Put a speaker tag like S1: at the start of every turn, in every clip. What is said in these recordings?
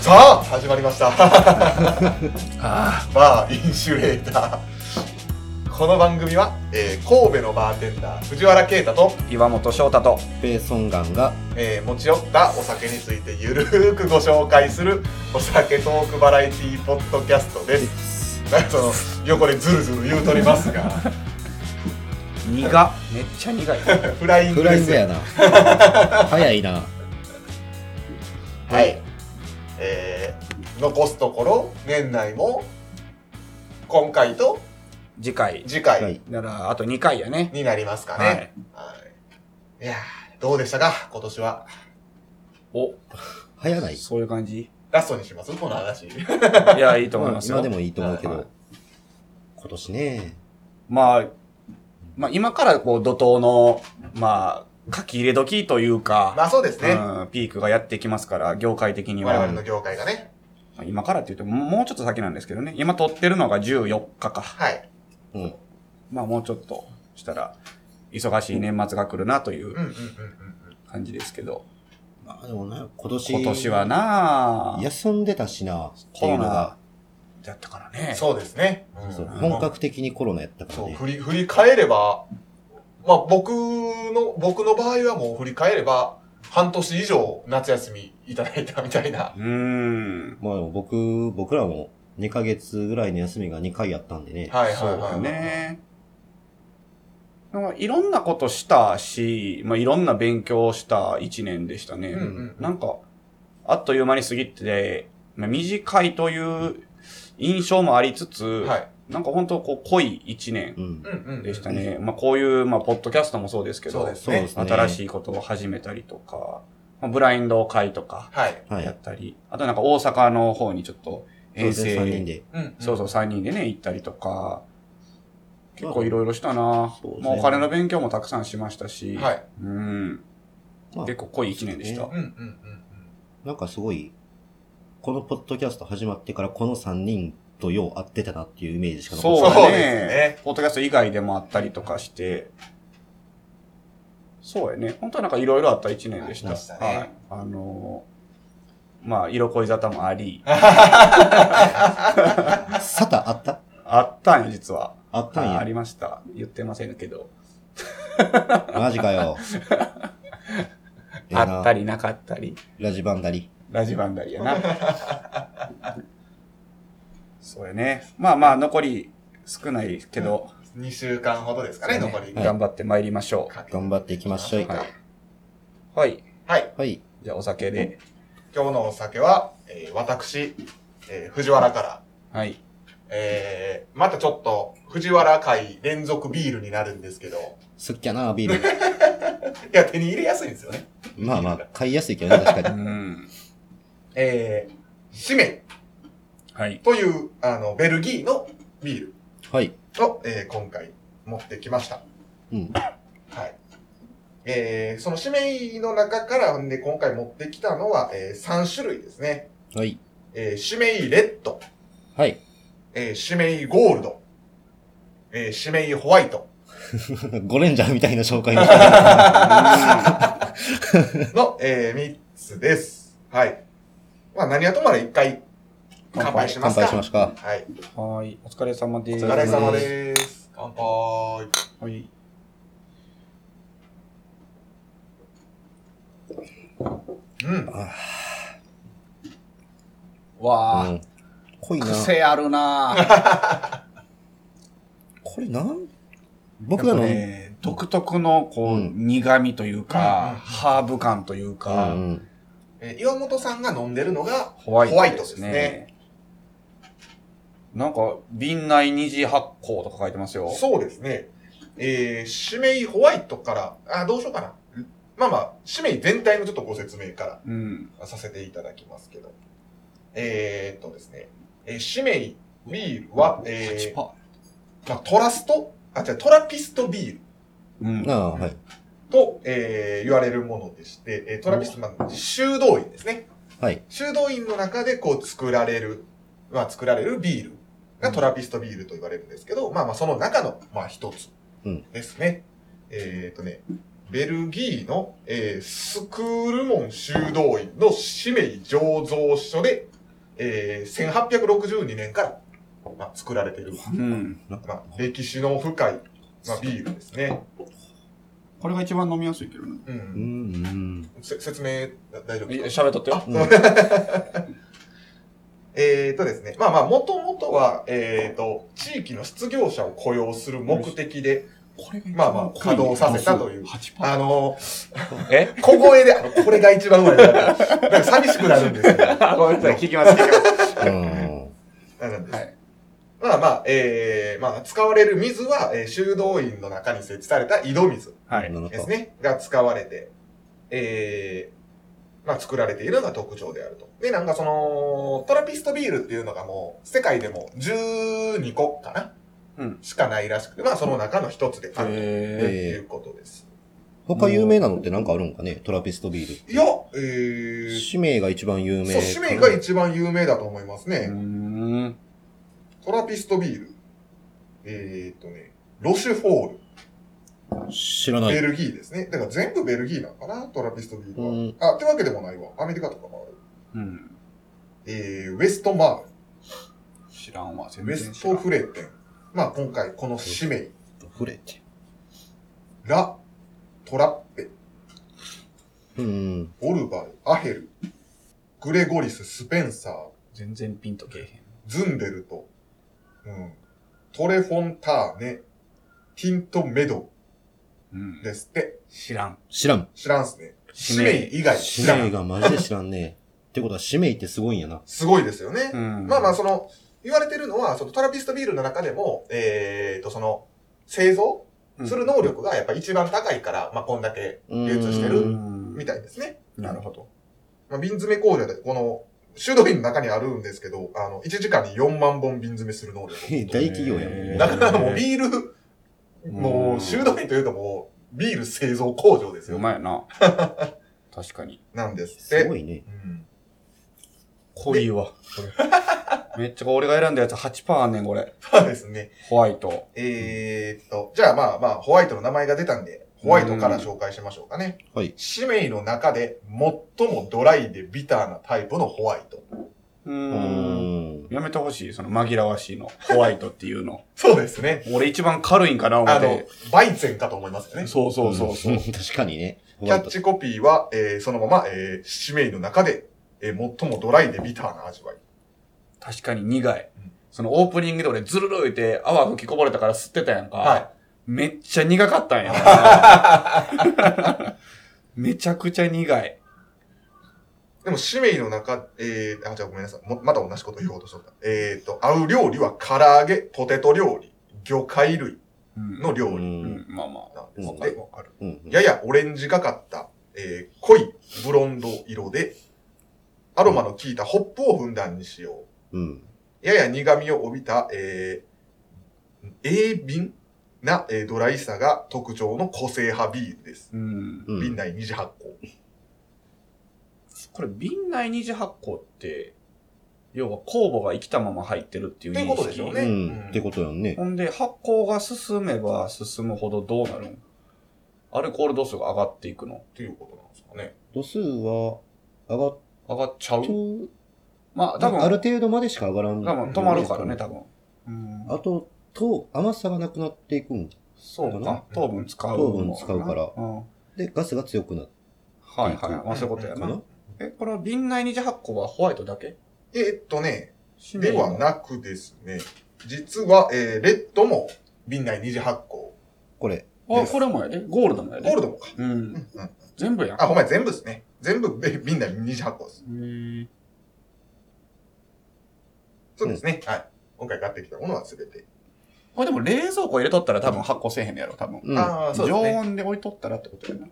S1: さあ始まりました
S2: あ
S1: バーインシュレーターこの番組は、えー神戸のバーテンダー藤原啓太と、
S2: あ岩本翔太と
S3: ペーソンガンが
S1: えー持ち寄ったお酒についてゆるーくご紹介するお酒トークバラエティーポッドキャストですなんかその横でズルズル言うとります が
S2: 苦っめっちゃ苦い
S1: フライング
S3: フラ
S1: で
S3: イン
S1: す
S3: グ
S1: よ
S3: や な早いな
S1: はい、えー残すところ年内も今回と
S2: 次回
S1: 次
S3: は
S1: 回
S3: い
S2: ならあと2回やね
S1: になりますかね、
S2: はい
S1: はい、いやーどうでしたか今年は
S2: お
S3: 早ない
S2: そういう感じ
S1: ラストにしますこの話
S2: いやいいと思い
S3: ま あ
S2: ますよ、
S3: 今でもいいと思うけど、
S2: はい
S3: 今年ね
S2: まあまあ今からこう怒涛のまあ書き入れ時というか、
S1: まあそうですね、
S2: うん、ピークがやってきますから業界的に
S1: 我
S2: は
S1: 々の業界がね
S2: まあ今からって言うとももうちょっと先なんですけどね今撮ってるのが14日か
S1: はい
S3: うん
S2: まあもうちょっとしたら忙しい年末が来るなという
S1: うんうんうんうんうん
S2: 感じですけど、
S3: まあでもな今年
S2: 今年はなあ
S3: 休んでたしなって
S2: コ
S3: いう
S2: ロ
S3: のが
S2: ナだったからね。
S1: そうですね、うん
S3: そう本格的にコロナやったから
S1: そう
S3: ね
S1: 振り振り返ればまあ僕の僕の場合はもう振り返れば半年以上夏休みいただいたみたいな
S2: うーん。
S3: まあ僕僕らも2ヶ月ぐらいの休みが2回やったんでね、
S1: はいはい
S2: そう
S1: は
S2: だ
S1: い、
S2: ね。なんかいろんなことしたし、まあ、いろんな勉強した一年でしたね。
S1: うんうん
S2: なんか、あっという間に過ぎて、まあ、短いという印象もありつつ、
S1: はい
S2: なんか本当こう濃い一年
S3: うん
S1: う、んうん
S2: でしたね。まあ、こういう、まあ、ポッドキャストもそうですけ
S1: そう
S2: ど、
S1: です
S3: そうで
S1: ね
S3: すね
S2: 新しいことを始めたりとか、まあ、ブラインド会とか、
S1: はい、
S3: は
S2: やっ
S3: い
S2: たり、あとなんか大阪の方にちょっと遠
S3: 当然3人
S2: 征、
S3: で
S1: うん、
S2: そうそうう3人でね、行ったりとか、結構
S3: まあ
S2: いろいろしたな
S3: そうですね
S2: もうお金の勉強もたくさんしましたし、
S1: はい
S2: うん、
S3: まあ
S2: 結構濃い1年でした。
S3: そう
S1: うんうんうん
S3: なんかすごいこのポッドキャスト始まってからこの3人とよう会ってたなっていうイメージしか
S2: そう
S3: 残って
S2: だ
S1: そう
S2: ね
S1: ですね
S2: ポッドキャスト以外でもあったりとかして、そうやね。本当はなんかいろいろあった1年でした。
S1: ありましたね
S2: はい。あのーまあ、色恋沙汰もあり、
S3: ない。サタあった
S2: あったんよ、実は。
S3: あったん
S2: あ
S3: や
S2: あ。りました。言ってませんけど。
S3: マジ かよ。ええな
S2: あったりなかったり。
S3: ラジバンダリ。
S2: ラジバンダリやな。 そうやね。まあまあ、残り少ないけど、
S1: うん2週間ほどですかね
S2: そうね
S1: 残り
S3: はい
S2: 頑張ってまいりましょ
S1: かけ
S3: 頑張っていきましょう。
S2: う。は
S3: はいい。。
S2: はい。
S3: はい。
S2: じゃあ、お酒で。
S1: 今日のお酒は、えー私、えー藤原から、
S2: はい。
S1: えーまたちょっと藤原会連続ビールになるんですけど、
S3: すっきゃな、ビール。
S1: いや、手に入れやすいんですよね。
S3: まあまあ、買いやすいけどね、確か
S2: う
S3: に。
S2: ん。
S1: えー、シメ
S2: はい。
S1: という、あの、ベルギーのビール
S3: はい。
S1: を、えー今回持ってきました。
S3: うん。
S1: はい。えー、そのシメの中から、ね、今回持ってきたのは、えー、3種類ですね。
S3: はい。
S1: えー、シメイレッド、
S3: はい。
S1: えー、シメイゴールド、えー、シメイホワイト
S3: ゴレンジャーみたいな紹介の仕方。
S1: の、えー、3つです。はい。まあ、何はともあれ一回乾杯しま
S3: 乾
S1: すか。
S3: 杯しましょうか。
S1: はい。
S2: はい。お疲れ様で
S1: お
S2: す。
S1: 疲れ様です。乾杯。
S2: はい。
S1: うん。
S2: わあ、
S3: うん。濃いな。
S2: 癖あるなぁ。
S3: これなん僕らの、
S2: やっぱね独特の、こう、
S3: う
S2: 苦味というか、
S1: うん
S2: ハーブ感という
S3: う
S2: か、
S3: んうん。
S1: えー岩本さんが飲んでるのが、
S2: ホワイト、
S1: ホワイトですね。
S2: なんか、瓶内二次発酵とか書いてますよ。
S1: そうですね。えー、シメイホワイトから、あ、どうしようかな。まあまあ、シメイ全体のちょっとご説明か
S2: うん。
S1: らさせていただきますけど。えー、っとですね。えー、シメイビールは、え
S2: パ
S1: ー、まあ、トラスト、あ、違う、トラピストビール
S2: うん。
S3: ああ、はい。
S1: と、えー、言われるものでして、えー、トラピスト、まあ、修道院ですね。
S3: はい。
S1: 修道院の中でこう作られる、まあ作られるビールがトラピストビールと言われるんですけど、まあまあその中の、まあ一つ
S3: うん
S1: ですね。えっ、とね、ベルギーの、えースクールモン修道院の氏名醸造所でえー、1862年から、まあ、作られている、
S2: うん。
S1: まあ、歴史の深い、まあ、ビールですね。
S2: これが一番飲みやすいけどね。
S1: う。
S3: うんん、うん。
S1: せ説明、だ大丈夫
S2: いや
S1: ですか
S2: 喋っとってよ。
S3: うん
S1: えーとですね、まあまあ、もともとは、えーと、地域の失業者を雇用する目的で、
S2: これが
S1: まあまあ稼働させたという
S2: 8%。
S1: あの
S2: え
S1: ー、 小声で、あのこれが一番うまいな。なんか寂しくなるんですよ。
S2: ごめんなさい、聞きます、聞きます。
S1: なんです
S2: はい
S1: まあまあ、えー、まあ、使われる水は、えー修道院の中に設置された井戸水
S2: は
S3: う
S2: い
S3: ん。。なる
S1: です
S3: ほ
S1: ね、が使われて、えー、まあ、作られているのが特徴であると。で、なんかその、トラピストビールっていうのがもう、世界でも12個かな、
S2: うん
S1: しかないらしくて、まあ、その中の一つであると
S2: え
S3: えー
S1: いうことです。
S3: 他有名なのってなんかあるんかねトラピストビール。
S1: いや、えー、
S3: 使命が一番有名。
S1: そう、使命が一番有名だと思いますね。
S2: ー。うーん。
S1: トラピストビール。えーっとね、ロシュフォール。
S3: 知らな
S1: ベ
S3: い。
S1: ルギーですね。だから全部ベルギーなのかなトラピストビールは。
S3: うん
S1: あ、ってわけでもないわ。アメリカとかもある。
S2: うん。
S1: えー、ウェストマー
S2: 知らんわ、
S1: ル、
S2: 全
S1: ウェ
S2: 然
S1: ス
S2: 知ら
S1: ト
S2: ん。
S1: フレーテン。まあ今回この使命、
S3: 触れて。
S1: ラ、トラッペ、
S3: うん。
S1: オルバル、アヘル、グレゴリス、スペンサー、
S2: 全然ピンとけえへん。
S1: ズンデルト、うん、トレフォンターネ、ティントメド
S2: うん
S1: ですって。
S2: 知らん。
S3: 知らん。
S1: 知らんすね。使
S2: 使
S1: 命
S2: 命
S1: 以外
S3: 使
S1: 知ら
S3: 命
S1: ん。
S3: がマジで知らんね。ってことは使命ってすごいんやな。
S1: すごいですよね。
S2: うん
S1: まあまあ、その、言われてるのは、そのトラピストビールの中でも、えーと、その、製造する能力がやっぱ一番高いから、まあこんだけ流通して
S2: う
S1: る
S2: ん。
S1: みたいですね。
S2: なるほど。
S1: まあ瓶詰め工場で、この、修道院の中にあるんですけど、あの、1時間に4万本瓶詰めする能力。
S3: 大企業やもん
S2: へ
S3: ね。
S2: ー
S1: だからもうビール、も
S2: う
S1: う、
S2: ん
S1: 修道院というともう、ビール製造工場です
S2: う
S1: よ。
S2: まい な。確かに。
S1: なんですっ
S3: す
S1: て。
S3: ごいね。
S1: うん
S2: 濃いわ。これめっちゃ俺が選んだやつ8%あんねん、これ。
S1: そうですね。
S2: ホワイト。
S1: えーっと、じゃあまあまあ、ホワイトの名前が出たんで、ホワイトから紹介しましょうかね。
S3: はい。
S1: 使命の中で最もドライでビターなタイプのホワイト。
S2: うー
S3: う
S2: ん。
S3: ん。
S2: やめてほしい、その紛らわしいの。ホワイトっていうの。
S1: そうですね。
S2: 俺一番軽いんかな、思
S1: あ
S2: っ
S1: の
S2: て。、
S1: バイツェンかと思いますよね。
S2: そうそうそうそう。
S3: ん 確かにね。
S1: キャッチコピーは、えーそのまま、えー使命の中で、えー最もドライでビターな味わい。
S2: 確かに苦い
S1: うん。
S2: そのオープニングで俺ズルル言って泡吹きこぼれたから吸ってたやんか。
S1: はい
S2: めっちゃ苦かったんや。めちゃくちゃ苦い。
S1: でも、使命の中、えー、あ、じゃあごめんなさい。もまた同じこと言おうとしとった。えーっと、合う料理は唐揚げ、ポテト料理、魚介類
S2: うん。
S1: の料
S3: う。
S1: 理
S2: うんん、まあまあ。
S1: なんです
S3: わ
S1: って
S3: かる
S1: わかる。
S3: うん。
S1: ややオレンジがかった、えー濃いブロンド色で、アロマの効いたホップをふんだんに使用。
S3: うん。
S1: やや苦味を帯びた、えー、鋭敏な、えードライさが特徴の個性派ビールです。
S2: うん。
S3: うん
S1: 瓶内二次発酵。
S2: これ瓶内二次発酵って、要は酵母が生きたまま入ってるっていう
S1: っていうことでしょうね
S3: うん。ってことやんね。
S2: ほんで、発酵が進めば進むほどどうなるんアルコール度数が上がっていくの
S1: ということなんですかね。
S3: 度数は上がっ
S2: 上がっちゃう
S3: と
S2: まあ、多分、
S3: ある程度までしか上がらん。
S2: 多分止まるからね、多分。うん
S3: あと、と、甘さがなくなっていくん
S2: そうか。糖分使う。
S3: 糖分使うから
S2: うん。はい
S3: で、ガスが強くなる
S2: はい。まあ、そういうことや
S3: か
S2: な
S3: な。。
S2: え、この瓶内二次発酵はホワイトだけ
S1: えーっとね、ではなくですね、実は、えーレッドも瓶内二次発酵。
S3: これ。
S2: あ、これもやで。ゴールドもやで。
S1: ゴールドもか。
S2: うん。
S1: うんうん
S2: 全部やん。
S1: あ、ほんまや全部ですね。全部べ瓶内二次発酵です。
S2: へー
S1: そうですね。はい。今回買ってきたものは全て。
S2: これでも冷蔵庫入れとったら多分発酵せえへんのやろ、多分。
S3: うん。
S1: ああ、そうです
S2: 常
S1: ね。
S2: 温で置いとったらってことやな。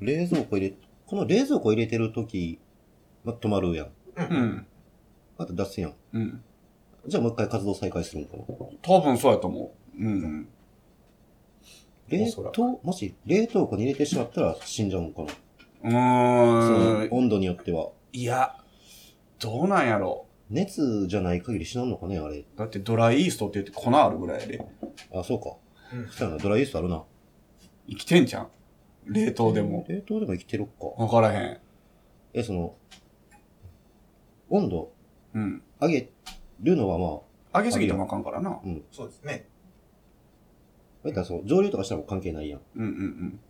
S3: 冷蔵庫入れ、この冷蔵庫入れてるとき、まあ、止まるやん。
S1: う。
S2: うんん。
S3: また出すやん。
S2: うん。
S3: じゃあもう一回活動再開するんかな。
S2: 多分そうやと思う。うん。
S3: 冷
S2: おそら
S3: 凍、もし冷凍庫に入れてしまったら死んじゃうんか
S2: う
S3: な。そ
S2: ー
S3: の
S2: ん。
S3: 温度によっては。
S2: いや、どうなんやろ。
S3: 熱じゃない限り死なんのかね、あれ。
S2: だってドライイーストって言って粉あるぐらいやで。
S3: あ、そうか。
S1: うん
S3: そうやな、ドライイーストあるな。
S2: 生きてんじゃん。冷凍でも。
S3: 冷凍でも生きてるか。
S2: わからへん。
S3: え、その、温度、
S2: うん。
S3: 上げるのはまあ、
S2: 上げすぎてもあかんからな。
S1: そうですね。
S3: だったらその上流とかしたらもう関係ないやん。
S2: うんうん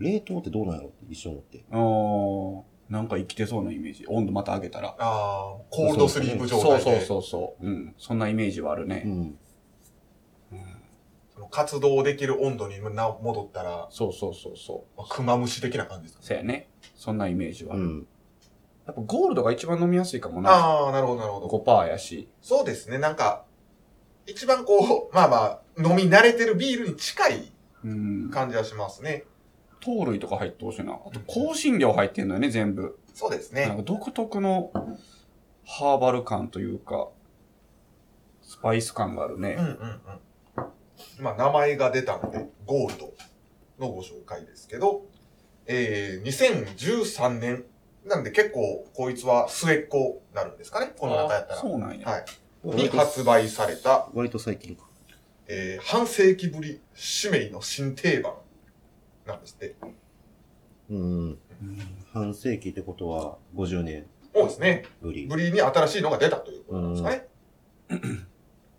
S3: 冷凍ってどうなんやろって一生思って。
S2: うん。おー、なんか生きてそうなイメージ。温度また上げたら。
S1: ああ、コールドスリープ状
S2: そ
S1: 態
S2: うそう
S1: で、そ
S2: そうそう。うん。そんなイメージはある
S3: う
S2: ね。
S3: ん。
S1: の活動できる温度にな戻ったら、
S2: そうそうそうそう。
S1: まあクマムシ的な感じですか。
S2: そやね。そんなイメージは
S3: う
S2: ある。
S3: ん。
S2: やっぱゴールドが一番飲みやすいかもな。
S1: ああ、なるほど、なるほど。
S2: 5%やし。
S1: そうですね、なんか、一番こう、まあ まあ、飲み慣れてるビールに近い
S2: うん。
S1: 感じはしますね。
S2: 糖類とか入ってほしいな。あと香辛料入ってんのよね、全部。
S1: そうです
S2: なん
S1: ね。
S2: か独特のハーバル感というか、スパイス感がある
S1: うんうん
S2: ね。
S1: うん。まあ、名前が出たので、ゴールドのご紹介ですけど、えー、2013年。なんで結構、こいつは末っ子になるんですかねこの中やった
S2: あ
S1: ら。
S2: そうなんや。
S1: はいに
S3: 割と、
S1: 発売された、
S3: 割と最近か。
S1: えー半世紀ぶり、使命の新定番なんですって。
S3: うん。
S2: うん
S3: 半世紀ってことは50年
S1: そうですね。
S3: ぶり
S1: ぶ。りに新しいのが出たということなんですかね。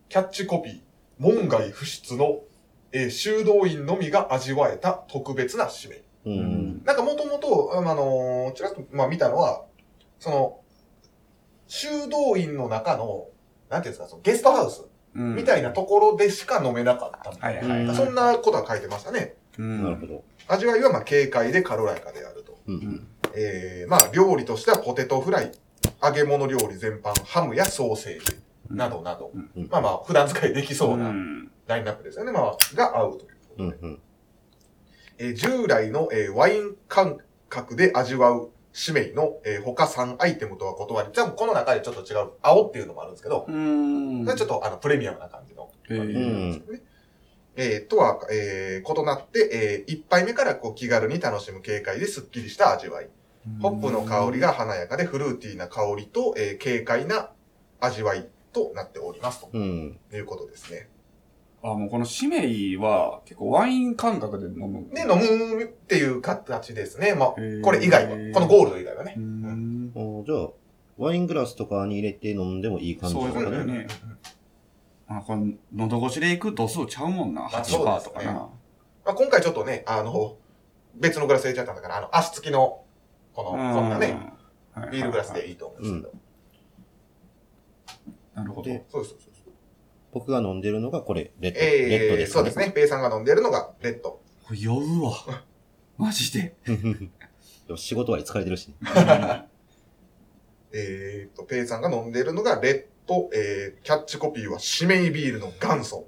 S1: キャッチコピー、門外不出の、えー修道院のみが味わえた特別な使命。
S3: う。
S2: うんん。
S1: なんかもともと、あのーちらっと、まあ、見たのは、その、修道院の中の、なんていうんですか、そのゲストハウス
S2: うん
S1: みたいなところでしか飲めなかったみた
S2: はいい
S1: な。
S2: はいうはい。
S1: そんなことは書いてましたね。
S2: うん
S3: なるほど。
S1: 味わいはまあ軽快で軽やかであると。
S3: う。
S2: うんん
S1: えー、まあ料理としてはポテトフライ、揚げ物料理全般、ハムやソーセージなどなど、
S2: うん
S3: うん
S1: まあまあ普段使いできそう
S2: う
S1: なんラインナップですよね。まあ、が合うということで。
S3: うん。うん。
S1: えー従来の、えーワイン感覚で味わう使命の、えー他3アイテムとは異なり、じゃあこの中でちょっと違う、青っていうのもあるんですけど、
S2: うん
S1: それちょっとあのプレミアムな感じの。
S2: へ
S3: う
S2: え
S3: ん。
S1: えーとは、えー異なって、え1杯目からこう気軽に楽しむ軽快ですっきりした味わい。ホップの香りが華やかでフルーティーな香りと、えー軽快な味わいとなっております
S3: うん。
S1: ということですね。
S2: あ、もうこのシメイは結構ワイン感覚で飲む。
S1: で、飲むっていう形ですね。まあ
S2: へー、
S1: これ以外は、このゴールド以外はね。
S2: うん。
S3: おじゃあ、ワイングラスとかに入れて飲んでもいい感じ
S2: そう
S3: と
S2: いうこ
S3: か
S2: とだよ
S3: ね。
S2: ね。まあ、この喉越しで行く度数ちゃうもんな。
S1: あそうで
S2: 8%
S1: す
S2: と
S1: ね
S2: かな。
S1: まあ、今回ちょっとね、あの、別のグラス入れちゃったんだから、あの、足つきの、この、こんなね、
S2: うん
S1: ビールグラスでいいと思うんですけど。
S2: なるほど。
S3: で
S1: そうです、そうです。
S3: 僕が飲んでるのがこれ、レッド。レッド
S1: え
S3: で
S1: ー、
S3: す
S1: そうですね。ペイさんが飲んでるのがレッド。
S2: これ 酔うわ。マジで。
S3: ね。でも仕事終わり疲れてるしね。
S1: えーと、ペイさんが飲んでいるのが、レッド、えー、キャッチコピーは、シメイビールの元祖。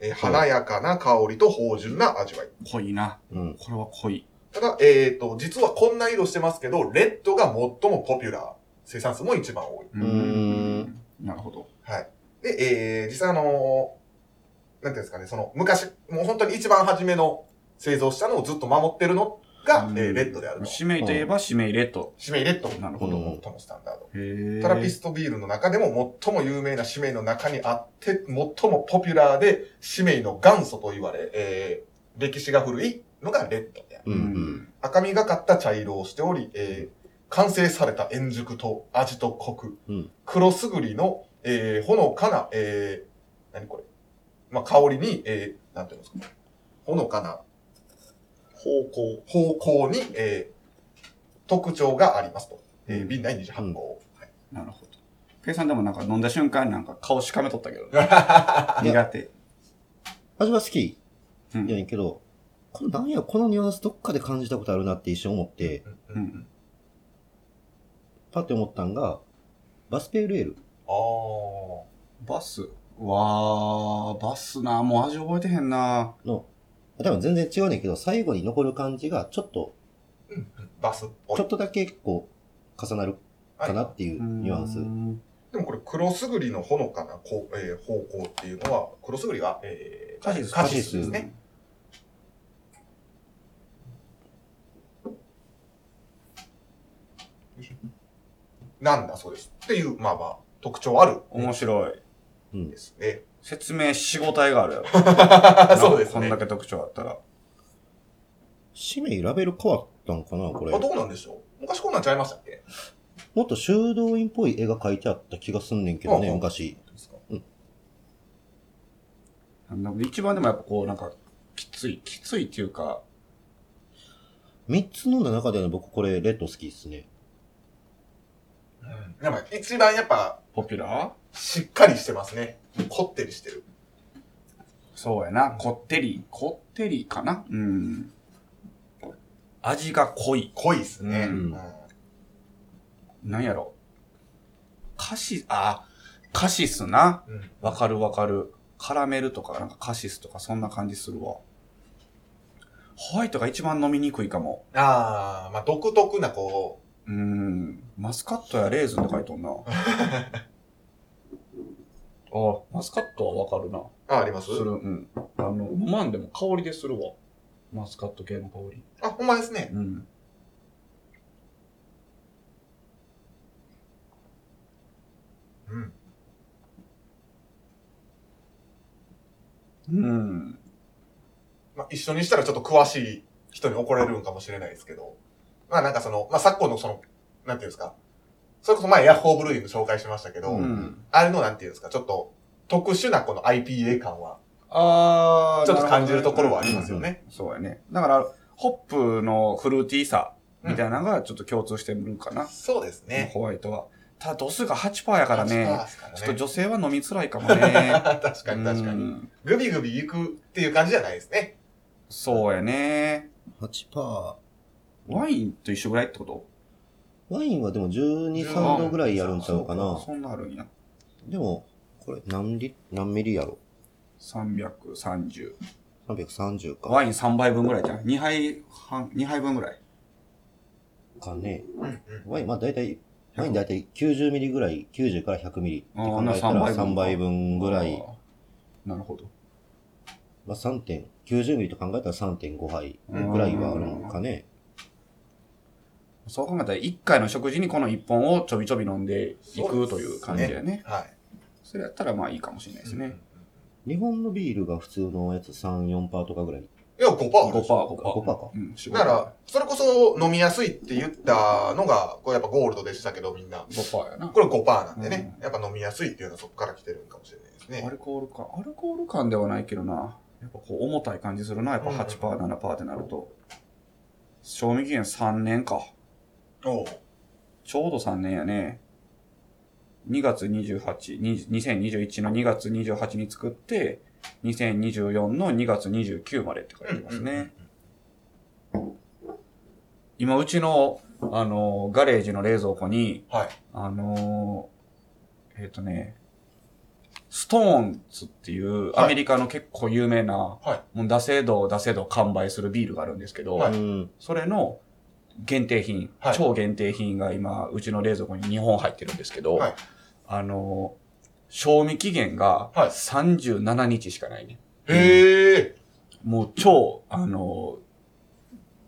S1: えー華やかな香りと芳醇な味わい。
S2: 濃いな。
S3: うん。
S2: これは濃い。
S1: ただ、えーと、実はこんな色してますけど、レッドが最もポピュラー。生産数も一番多い。
S2: う
S3: ーん。
S2: なるほど。
S1: で、えー、実際あのーなんていうんですかね、その、昔、もう本当に一番初めの製造したのをずっと守ってるのが、
S2: うん
S1: えーレッドであると。
S2: シメイといえばシメイレッド。
S1: シメイレッド。
S2: なる
S1: と
S2: ほど。
S3: うん
S1: のスタンダード。
S2: へえ。
S1: トラピストビールの中でも最も有名なシメイの中にあって、最もポピュラーで、シメイの元祖と言われ、えー歴史が古いのがレッドである。
S3: う。。
S2: うん
S1: 赤みがかった茶色をしており、えー完成された円熟と味とコク、
S3: うん
S1: 黒すぐりの、えーほのかな、えー何これ、まあ、香りに、えーなんていうんですか、ほのかな
S2: 方向。
S1: 方向に、えー特徴がありますと。えー瓶内28個。
S3: うん
S1: はい
S2: なるほど。ペイさんでもなんか飲んだ瞬間なんか顔しかめとったけど。
S3: いや
S2: 苦手。
S3: 味は好き
S2: う
S3: や
S2: ん。
S3: ねんけど、このなんや、このニュアンスどっかで感じたことあるなって一瞬思って、
S1: うん
S2: う
S1: うん
S2: ん。
S3: パッて思ったんが、バスペールエール。
S1: あー
S2: バス。わー、バスな。もう味覚えてへんな。
S3: の、多分全然違うねんけど、最後に残る感じが、ちょっと、
S1: バスっぽ
S3: ちょ
S1: い
S3: っ。とだけ、こう、重なるかなっていうニュアンス。
S2: うん
S1: でもこれ、黒すぐりのほのかな、こうえー方向っていうのは、黒すぐりは、えー
S2: カシス
S1: カシスですね。なんだそうです。っていう、まあまあ、特徴ある
S2: 面白い。
S3: うん
S1: で。すね。
S2: 説明しごたえ があるやろ。
S1: そうです
S2: こん
S1: ね。
S2: だ
S1: あ、
S2: け特徴あったら。
S3: 氏名ラベル変わったんかなこ
S1: ど
S3: れ。
S1: うなんでしょう昔こんなんちゃいましたっけ
S3: もっと修道院っぽい絵が描いてあった気がすんねんけど
S1: うん
S3: ね、
S1: うん
S3: 昔。
S2: なんか一番でもやっぱこう、なんか、きつい、きついっていうか、
S3: 三つの中ではね、僕これ、レッド好きですね。
S1: でも一番やっぱ
S2: ポピュラー
S1: しっかりしてますね。こってりしてる。
S2: そうやな。こってり、こってりかなうん。味が濃い。
S1: 濃いっすね。
S2: う
S1: うんん
S2: なんやろ。カシ、あ、カシスな。
S1: うん
S2: わかるわかる。カラメルとか、なんかカシスとかそんな感じするわ。ホワイトが一番飲みにくいかも。
S1: ああ、まあ独特なこ
S2: うーん。マスカットやレーズンって書い とんな。あ、マスカットはわかるな。
S1: う、あ、あります
S2: する。うん。あの、飲まんでも香りでするわ。マスカット系の香り。
S1: あ、ほんまですね。
S2: うん。
S1: うん。
S2: うん。
S1: まあ一緒にしたらちょっと詳しい人に怒られるんかもしれないですけど。まあなんかその、まあ昨今のその、なんていうんですか。それこそ前ヤッホーブルーイング紹介しましたけど、
S2: うん。
S1: あれのなんていうんですか、ちょっと特殊なこの IPA 感は、
S2: あー
S1: ちょっと感じるところはありますよ
S3: な
S1: ね。
S2: そうやね。だから、ホップのフルーティーさみたいなのがちょっと共通してるかな。
S1: そうですね。
S2: ホワイトは。ただ、度数が8%やからね。
S1: 8%ですからね
S2: ちょっと女性は飲みづらいかもね。
S1: 確かに確か
S2: う
S1: に。
S2: ん
S1: グビグビ行くっていう感じじゃないですね。
S2: そうやね。
S3: 8%。
S2: ワインと一緒ぐらいってこと
S3: ワインはでも12、
S1: うん
S3: 3度ぐらいやるんちゃう
S2: そ
S3: か
S2: う
S3: な。
S2: そんなあるんや。
S3: でも、これ何リ、何ミリやろ
S2: 330。
S3: ?330 か。
S2: ワイン3杯分ぐらいじゃん。2杯半、二杯分ぐらい。
S3: かね。
S1: うんうん。
S3: ワイン、まあ大体、ワイン大体90ミリぐらい、90から100ミリって
S2: あー
S3: 考えた
S2: な
S3: ら
S2: 3倍
S3: 3倍
S2: 分
S3: 分ぐらい。。
S2: なるほど。
S3: まあ3点、90ミリと考えたら3.5杯ぐらいはあるのかね。
S2: そう考えたら、1回の食事にこの1本をちょびちょび飲んでいくという感じやね。
S1: は
S2: それやったらまあいいかもしれない
S1: い。
S2: ですね。
S3: 日本のビールが普通のやつ3、4%とかぐらい。
S1: いや、5%あるで
S2: 5%、
S1: しょ。
S2: 5%。
S3: 5%か。
S2: うん、4%
S1: だから、、それこそ飲みやすいって言ったのが、これやっぱゴールドでしたけど、みんな。
S2: 5%やな。
S1: これ5%なんでね、
S2: う
S1: やっぱ飲みやすいっていうのはそこから来てるんかもしれないです
S2: ア
S1: ね。
S2: ルコール感、アルコール感ではないけどな。やっぱこう重たい感じするな。やっぱ8%、7%ってなると。賞味期限3年か。
S1: おう
S2: ちょうど3年やね。2月28、に2021の2月28に作って、2024の2月29までって書いてますね。今、うちの、あの、ガレージの冷蔵庫に、
S1: はい。
S2: あの、えっ、とね、ストーンズっていう、
S1: はい
S2: アメリカの結構有名な、
S1: は
S2: もう出せど出せど完売するビールがあるんですけど、
S1: はい
S3: うん。
S2: それの限定品、
S1: はい
S2: 超限定品が今、うちの冷蔵庫に2本入ってるんですけど、
S1: はい
S2: あの、賞味期限が
S1: はい
S2: 37日しかないね。
S1: へえ。
S2: もう超、あの、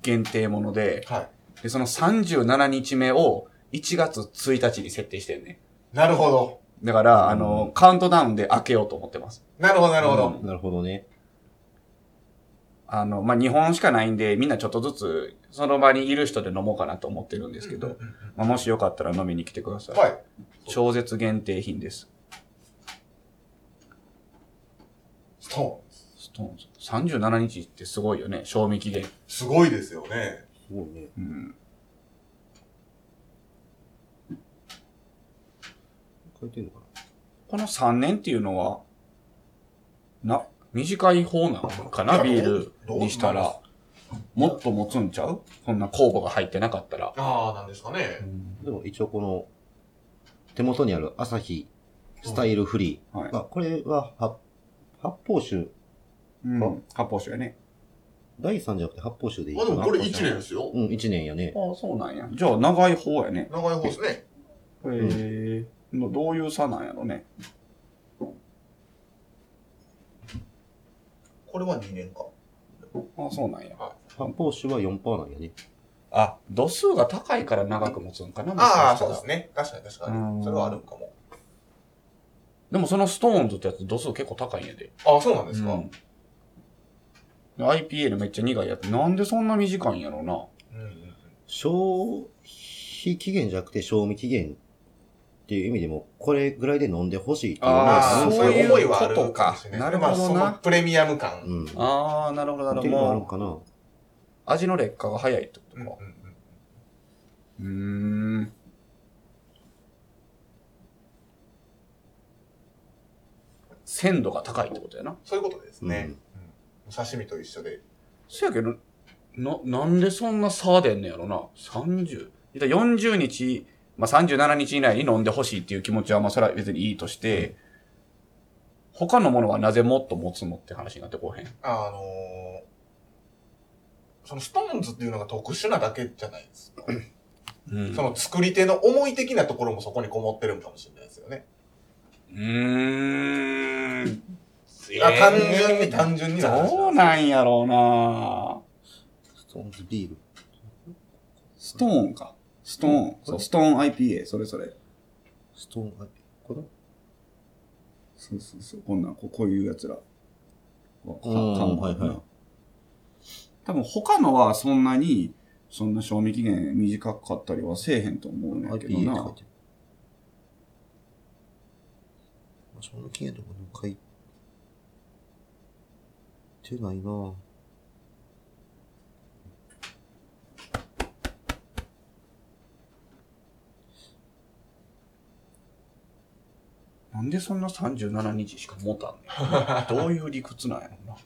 S2: 限定もので、
S1: はい。
S2: で、その37日目を1月1日に設定してるね。
S1: なるほど。
S2: だから、あ
S3: う
S2: の、カウントダウンで開けようと思ってます。
S1: なるほど、なるほ
S2: う
S1: ど。
S2: ん
S3: なるほどね。
S2: あの、まあ、2本しかないんで、みんなちょっとずつ、その場にいる人で飲もうかなと思ってるんですけ
S1: うん
S2: ど
S1: う、ん
S2: まあ、もしよかったら飲みに来てくださ
S1: う
S2: い。
S1: んはい。
S2: 超絶限定品です。
S1: ストーン。
S2: ストーンズ。37日ってすごいよね、賞味期限。
S1: すごいですよね。
S3: すごいね。
S2: うん。
S3: 書いてんのかな
S2: この3年っていうのは、な、短い方なのかな
S1: や
S2: いビ
S1: ど
S2: ー
S1: う
S2: ルにしたら。もっと持つんちゃうそんな酵母が入ってなかったら。
S1: ああ、なんですかね。
S3: でも一応この、手元にある朝日スタイルフリー。
S2: はい
S3: ま。あ、これはは発泡酒、
S2: うん。発泡酒やね。
S3: 第3じゃなくて発泡酒でいい
S1: あ、
S3: か
S1: で
S3: な。
S1: もこれ1年ですよ
S3: う。ん、1年やね。
S2: ああ、そうなんや。じゃあ、長い方やね。
S1: 長い方ですね。
S2: へえ。のどういう差なんやろね。
S1: これは2年か。
S2: ああ、そうなんや。
S3: 発泡酒は4%なんやね。
S2: あ、度数が高いから長く持つんかなもしかした
S1: あ
S2: ら
S1: あ、そうですね。確かに確か
S2: うん
S1: に。それはあるんかも。
S2: でもそのストーンズってやつ度数結構高いんやで。
S1: ああ、そうなんですか。
S2: うんで IPA のめっちゃ苦いやつ。なんでそんな短いんやろうな。
S1: うんうんうん
S3: 消費非期限じゃなくて賞味期限っていう意味でも、これぐらいで飲んでほしいっていうの
S2: あ
S1: ま
S3: は
S2: ー
S1: あ、
S3: す
S1: そ
S3: ご
S1: う
S3: い
S1: いう思いはある
S2: そういうことか
S1: もしれい
S2: なるほどな
S1: まあ、そのプレミアム感。
S3: うん。っ
S2: ああ、なるほど、なる
S3: て
S2: ほ
S3: い
S2: ど。
S3: うのはある
S2: も
S3: かな。
S2: う、味の劣化が早いってこと
S1: うんうん
S2: か。
S1: うん
S2: うーん。鮮度が高いってことやな。
S1: そういうことですね。
S3: うん
S1: お刺身と一緒で。
S2: そやけど、な、なんでそんな差出んねやろな。30。いたら40日、まあ、37日以内に飲んでほしいっていう気持ちは、まあ、それは別にいいとして、他のものはなぜもっと持つのって話になってこうへん。
S1: あのーそのストーンズっていうのが特殊なだけじゃないですか。
S2: うん
S1: その作り手の思い的なところもそこにこもってるんかもしれないですよね。
S2: うーん。
S1: あ単純に単純にな話
S2: どうなんやろうな
S3: ストーンズビール。
S2: ストーンか。ストーン。そう、ストーン IPA、それそれ。
S3: ストーン、あこれ
S2: そうそうそう。こんなん、ここういうやつら。こう
S3: うん
S2: 缶
S3: はいはい。
S2: 多分他のはそんなに、そんな賞味期限短かったりはせえへんと思うんや
S3: IPA っ
S2: け
S3: て
S2: ど
S3: 書いてある
S2: な。。
S3: 賞味期限とかなんか書いてないなぁ。
S2: なんでそんな37日しか持たん ねんどういう理屈なんやろうな。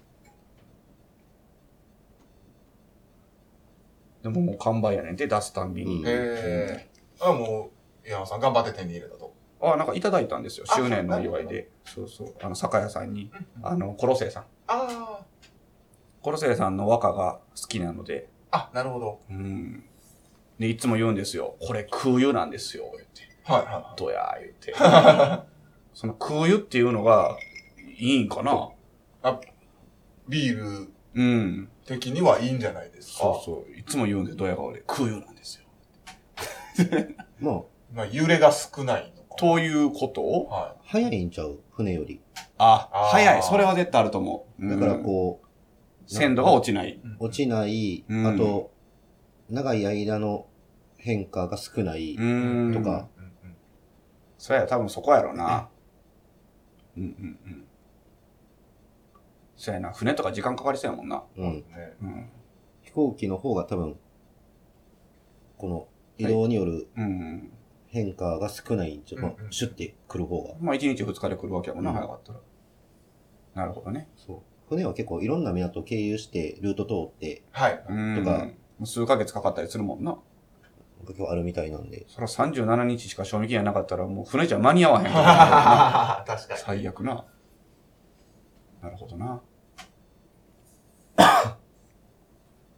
S2: でももう完売やねんて、出すたんびに。
S3: うん
S1: へえ。あ、もう、山本さん頑張って手に入れたと。
S2: あ、なんかいただいたんですよ。
S1: あ
S2: 周年のお祝いで。そうそう。あの、酒屋さんに、あの、コロセイさん。
S1: あ
S2: コロセイさんの和歌が好きなので、
S1: あ。あ、なるほど。
S2: うん。で、いつも言うんですよ。これ空輸なんですよ。言って。
S1: はいはいは。
S2: どやー言って。 その空輸っていうのがいいんかない
S1: ビール
S2: うん。
S1: 的にはいいんじゃないですか。
S2: そうそう。いつも言うんで、ドヤ顔で。空輸なんですよ。
S3: まあ、
S1: まあ、揺れが少ないのか。
S2: ということ
S1: は
S3: 早いんちゃう船より。
S2: あ、
S1: あー
S2: 早い。それは絶対あると思う。
S3: だから
S2: うん
S3: こ
S2: 鮮度が落ちない。
S1: い。
S3: う、落ちない、
S2: うん
S3: あと、長い間の変化が少ない。
S2: う
S1: うん
S2: ん。
S3: とか。
S1: うんうんうん
S2: そうや、多分そこやろな。うんうんうん。そうやな、船とか時間かかりそうやもんな。
S3: うん。
S1: ね
S2: うん。
S3: 飛行機の方が多分、この移動による
S2: うん。
S3: 変化が少ないんちゃ
S1: う
S3: う、
S1: ん
S3: まあ、シュッて来る方が。
S2: まあ、1日2日で来るわけやもんな、
S3: うん
S2: 早かったら。なるほどね。
S3: そう。船は結構いろんな港を経由して、ルート通って、
S1: はい。
S2: うん。
S3: とか
S2: 数ヶ月かかったりするもんな。
S3: 結構あるみたいなんで。
S2: そら37日しか賞味期限なかったら、もう船じゃ間に合わへんからな。
S1: 確か に。
S2: 最悪な。なるほどな。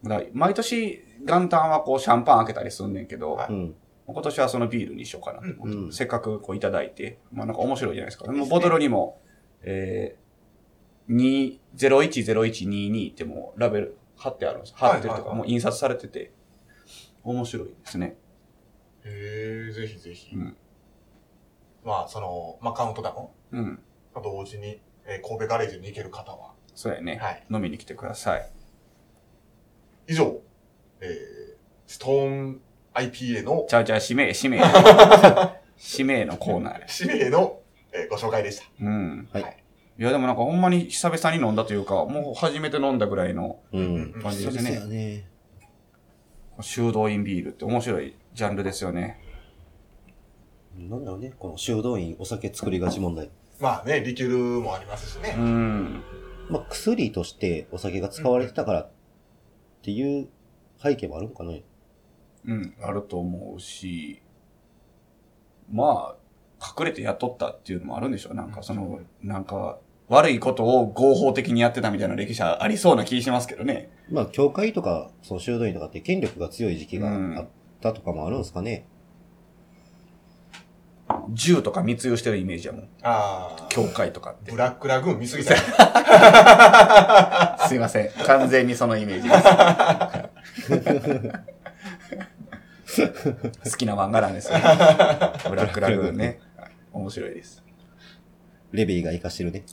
S2: だから毎年元旦はこうシャンパン開けたりすんねんけど、
S1: はい
S3: うん。
S2: 今年はそのビールにしようかなと思って、
S3: うんうん
S2: せっかくこういただいて、まあなんか面白いじゃないですか。
S1: いいで
S2: も
S1: す
S2: う
S1: ね
S2: ボトルにも、えー、2010122ってもうラベル貼ってあるんです。貼ってると
S1: はいはい
S2: か、
S1: はい
S2: もう印刷されてて、面白いですね。
S1: へえ、ぜひぜひ。
S2: うん
S1: まあ、その、まあ、カウントダウン
S2: うん。
S1: と同時に、えー神戸ガレージに行ける方は。
S2: そうやね。
S1: はい。
S2: 飲みに来てください。
S1: 以上、えー、ストーン IPA の
S2: ちゃうちゃう、指名、 指名。指名のコーナーや。
S1: 氏名の、えーご紹介でした。。
S2: うん。
S3: はい
S2: いや、でもなんかほんまに久々に飲んだというか、もう初めて飲んだぐらいの
S3: うん。
S2: 感じ
S3: 久
S2: です
S3: 々や
S2: ね。
S3: ね。
S2: 修道院ビールって面白いジャンルですよね。
S3: なんだろうね、この修道院お酒作りがち問題。
S1: まあね、リキュールもありますしね。
S2: うん。
S3: まあ、薬としてお酒が使われてたからっていう背景もあるんかね。
S2: うん、あると思うし、まあ、隠れて雇ったっていうのもあるんでしょう。なんかその、なんか、悪いことを合法的にやってたみたいな歴史はありそうな気しますけどね。
S3: まあ、教会とか、その修道院とかって権力が強い時期があったとかもあるんですかね。
S2: 銃とか密輸してるイメージやもん。
S1: ああ。
S2: 教会とかって
S1: ブ。ラックラグーン見すぎた。
S2: すいません。完全にそのイメージ です。好きな漫画なんですよ。ブラックラグーンね。面白いです。
S3: レビーが活かしてるね。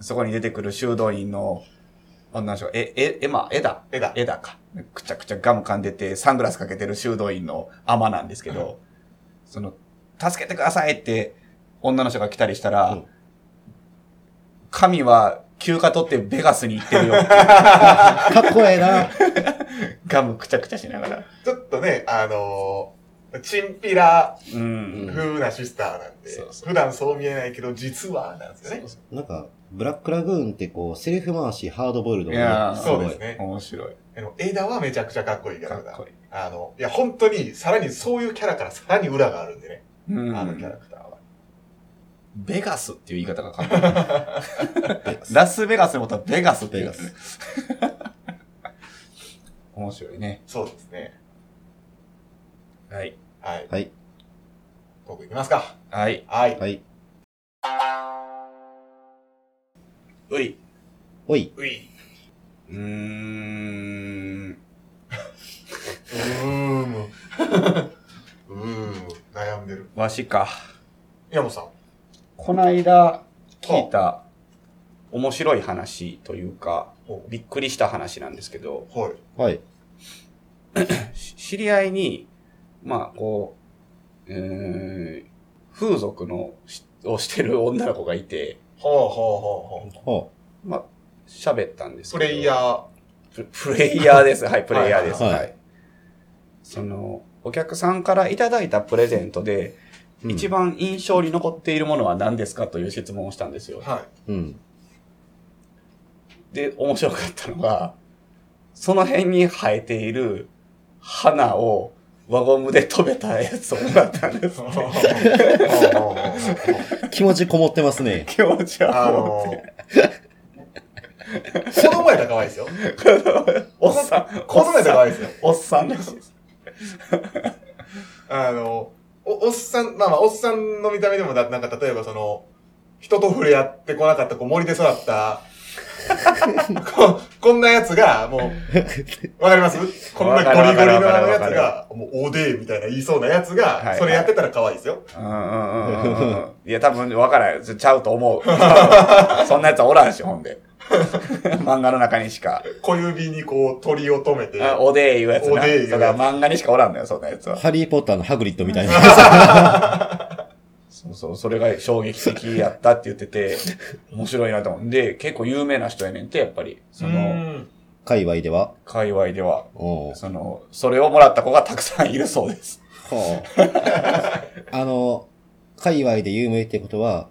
S2: そこに出てくる修道院の女の人が、え、え、え、まあ、枝。
S1: 枝
S2: 枝か。くちゃくちゃガム噛んでて、サングラスかけてる修道院のアマなんですけど、その、助けてくださいって、女の人が来たりしたら、
S3: うん
S2: 神は休暇取ってベガスに行ってるよ。
S3: かっこええな。
S2: ガムくちゃくちゃしながら。
S1: ちょっとね、あのーチンピラ
S2: うん。
S3: うん
S1: 風なシスターなんで、
S2: そうそう
S1: 普段そう見えないけど、実はなんですよね。
S3: なんか、ブラックラグーンってこう、セリフ回し、ハードボイルド
S2: いやー
S1: そうです。ね。
S2: 面白い。
S1: あの枝はめちゃくちゃかっこいいキャ
S2: か
S1: ラ
S2: っ
S1: だ
S2: こ。い
S1: あの、いや、本当に、さらにそういうキャラからさらに裏があるんでね。
S2: い。うん
S1: あのキャラクターは。
S2: ベガスっていう言い方がかっこいい。 ラスベガスのことはベガスって言うんですね。 面白いね。
S1: そうですね。
S2: はい。
S1: はい。
S3: はい。
S1: 僕いきますか。
S2: はい。
S1: はい。
S3: はい。
S2: うい。
S3: おい。
S1: ういう
S2: ーん。
S1: うーむ。 うーむ。悩んでる。
S2: わしか。
S1: 山本さん。
S2: こないだ聞いた面白い話というか、
S1: ほう
S2: びっくりした話なんですけど、
S1: はい。
S3: はい。
S2: し知り合いに、まあ、こう、うーん風俗のし、をしてる女の子がいて、
S1: ほうほうほうほう。
S3: は
S2: まあ、喋ったんです
S1: プ
S2: けど。
S1: レイヤー。
S2: ププレイヤーです。はい、プレイヤーです。
S3: は
S2: はいい。
S3: はい
S2: その、お客さんからいただいたプレゼントで、
S3: うん
S2: 一番印象に残っているものは何ですかという質問をしたんですよ。
S1: はい。
S3: あ。うん。
S2: で、面白かったのが、その辺に生えている花を輪ゴムで飛べたやつをもらった んです。
S3: 気持ちこもってますね。
S2: 気持ち
S1: あ
S2: はも
S1: の
S2: う、
S1: ー、子供やったら可愛いですよ。
S2: おっさん、
S1: 子供やったら可愛いですよ。
S2: おっさんらしい です。
S1: あの、お、おっさん、まあまあ、おっさんの見た目でもだ、なんか例えばその、人と触れ合ってこなかった、こう森で育った、ここんなやつが、もう、わかりますこんなゴリゴリのあのやつが、もうおでーみたいな言いそうなやつ
S2: はいは
S1: が、
S2: い
S1: それやってたら可愛いですよ。
S2: うんうんうんうんうん。いや、多分分からん。ちゃうと思う。 そんなやつはおらんし、ほんで。 漫画の中にしか。
S1: 小指にこう鳥を止めて、
S2: あおでーいうやつな。
S1: おでーいうやつ
S2: だから漫画にしかおらんのよ、そんなやつは。
S3: ハリーポッターのハグリッドみたいな。
S2: そうそう、それが衝撃的やったって言ってて、面白いなと思う。で、結構有名な人やねんって、やっぱり。その、
S1: の、
S3: 界隈では。
S2: 界隈では。
S3: おー
S2: その、それをもらった子がたくさんいるそうです。
S3: は あ。あの、界隈で有名ってことは、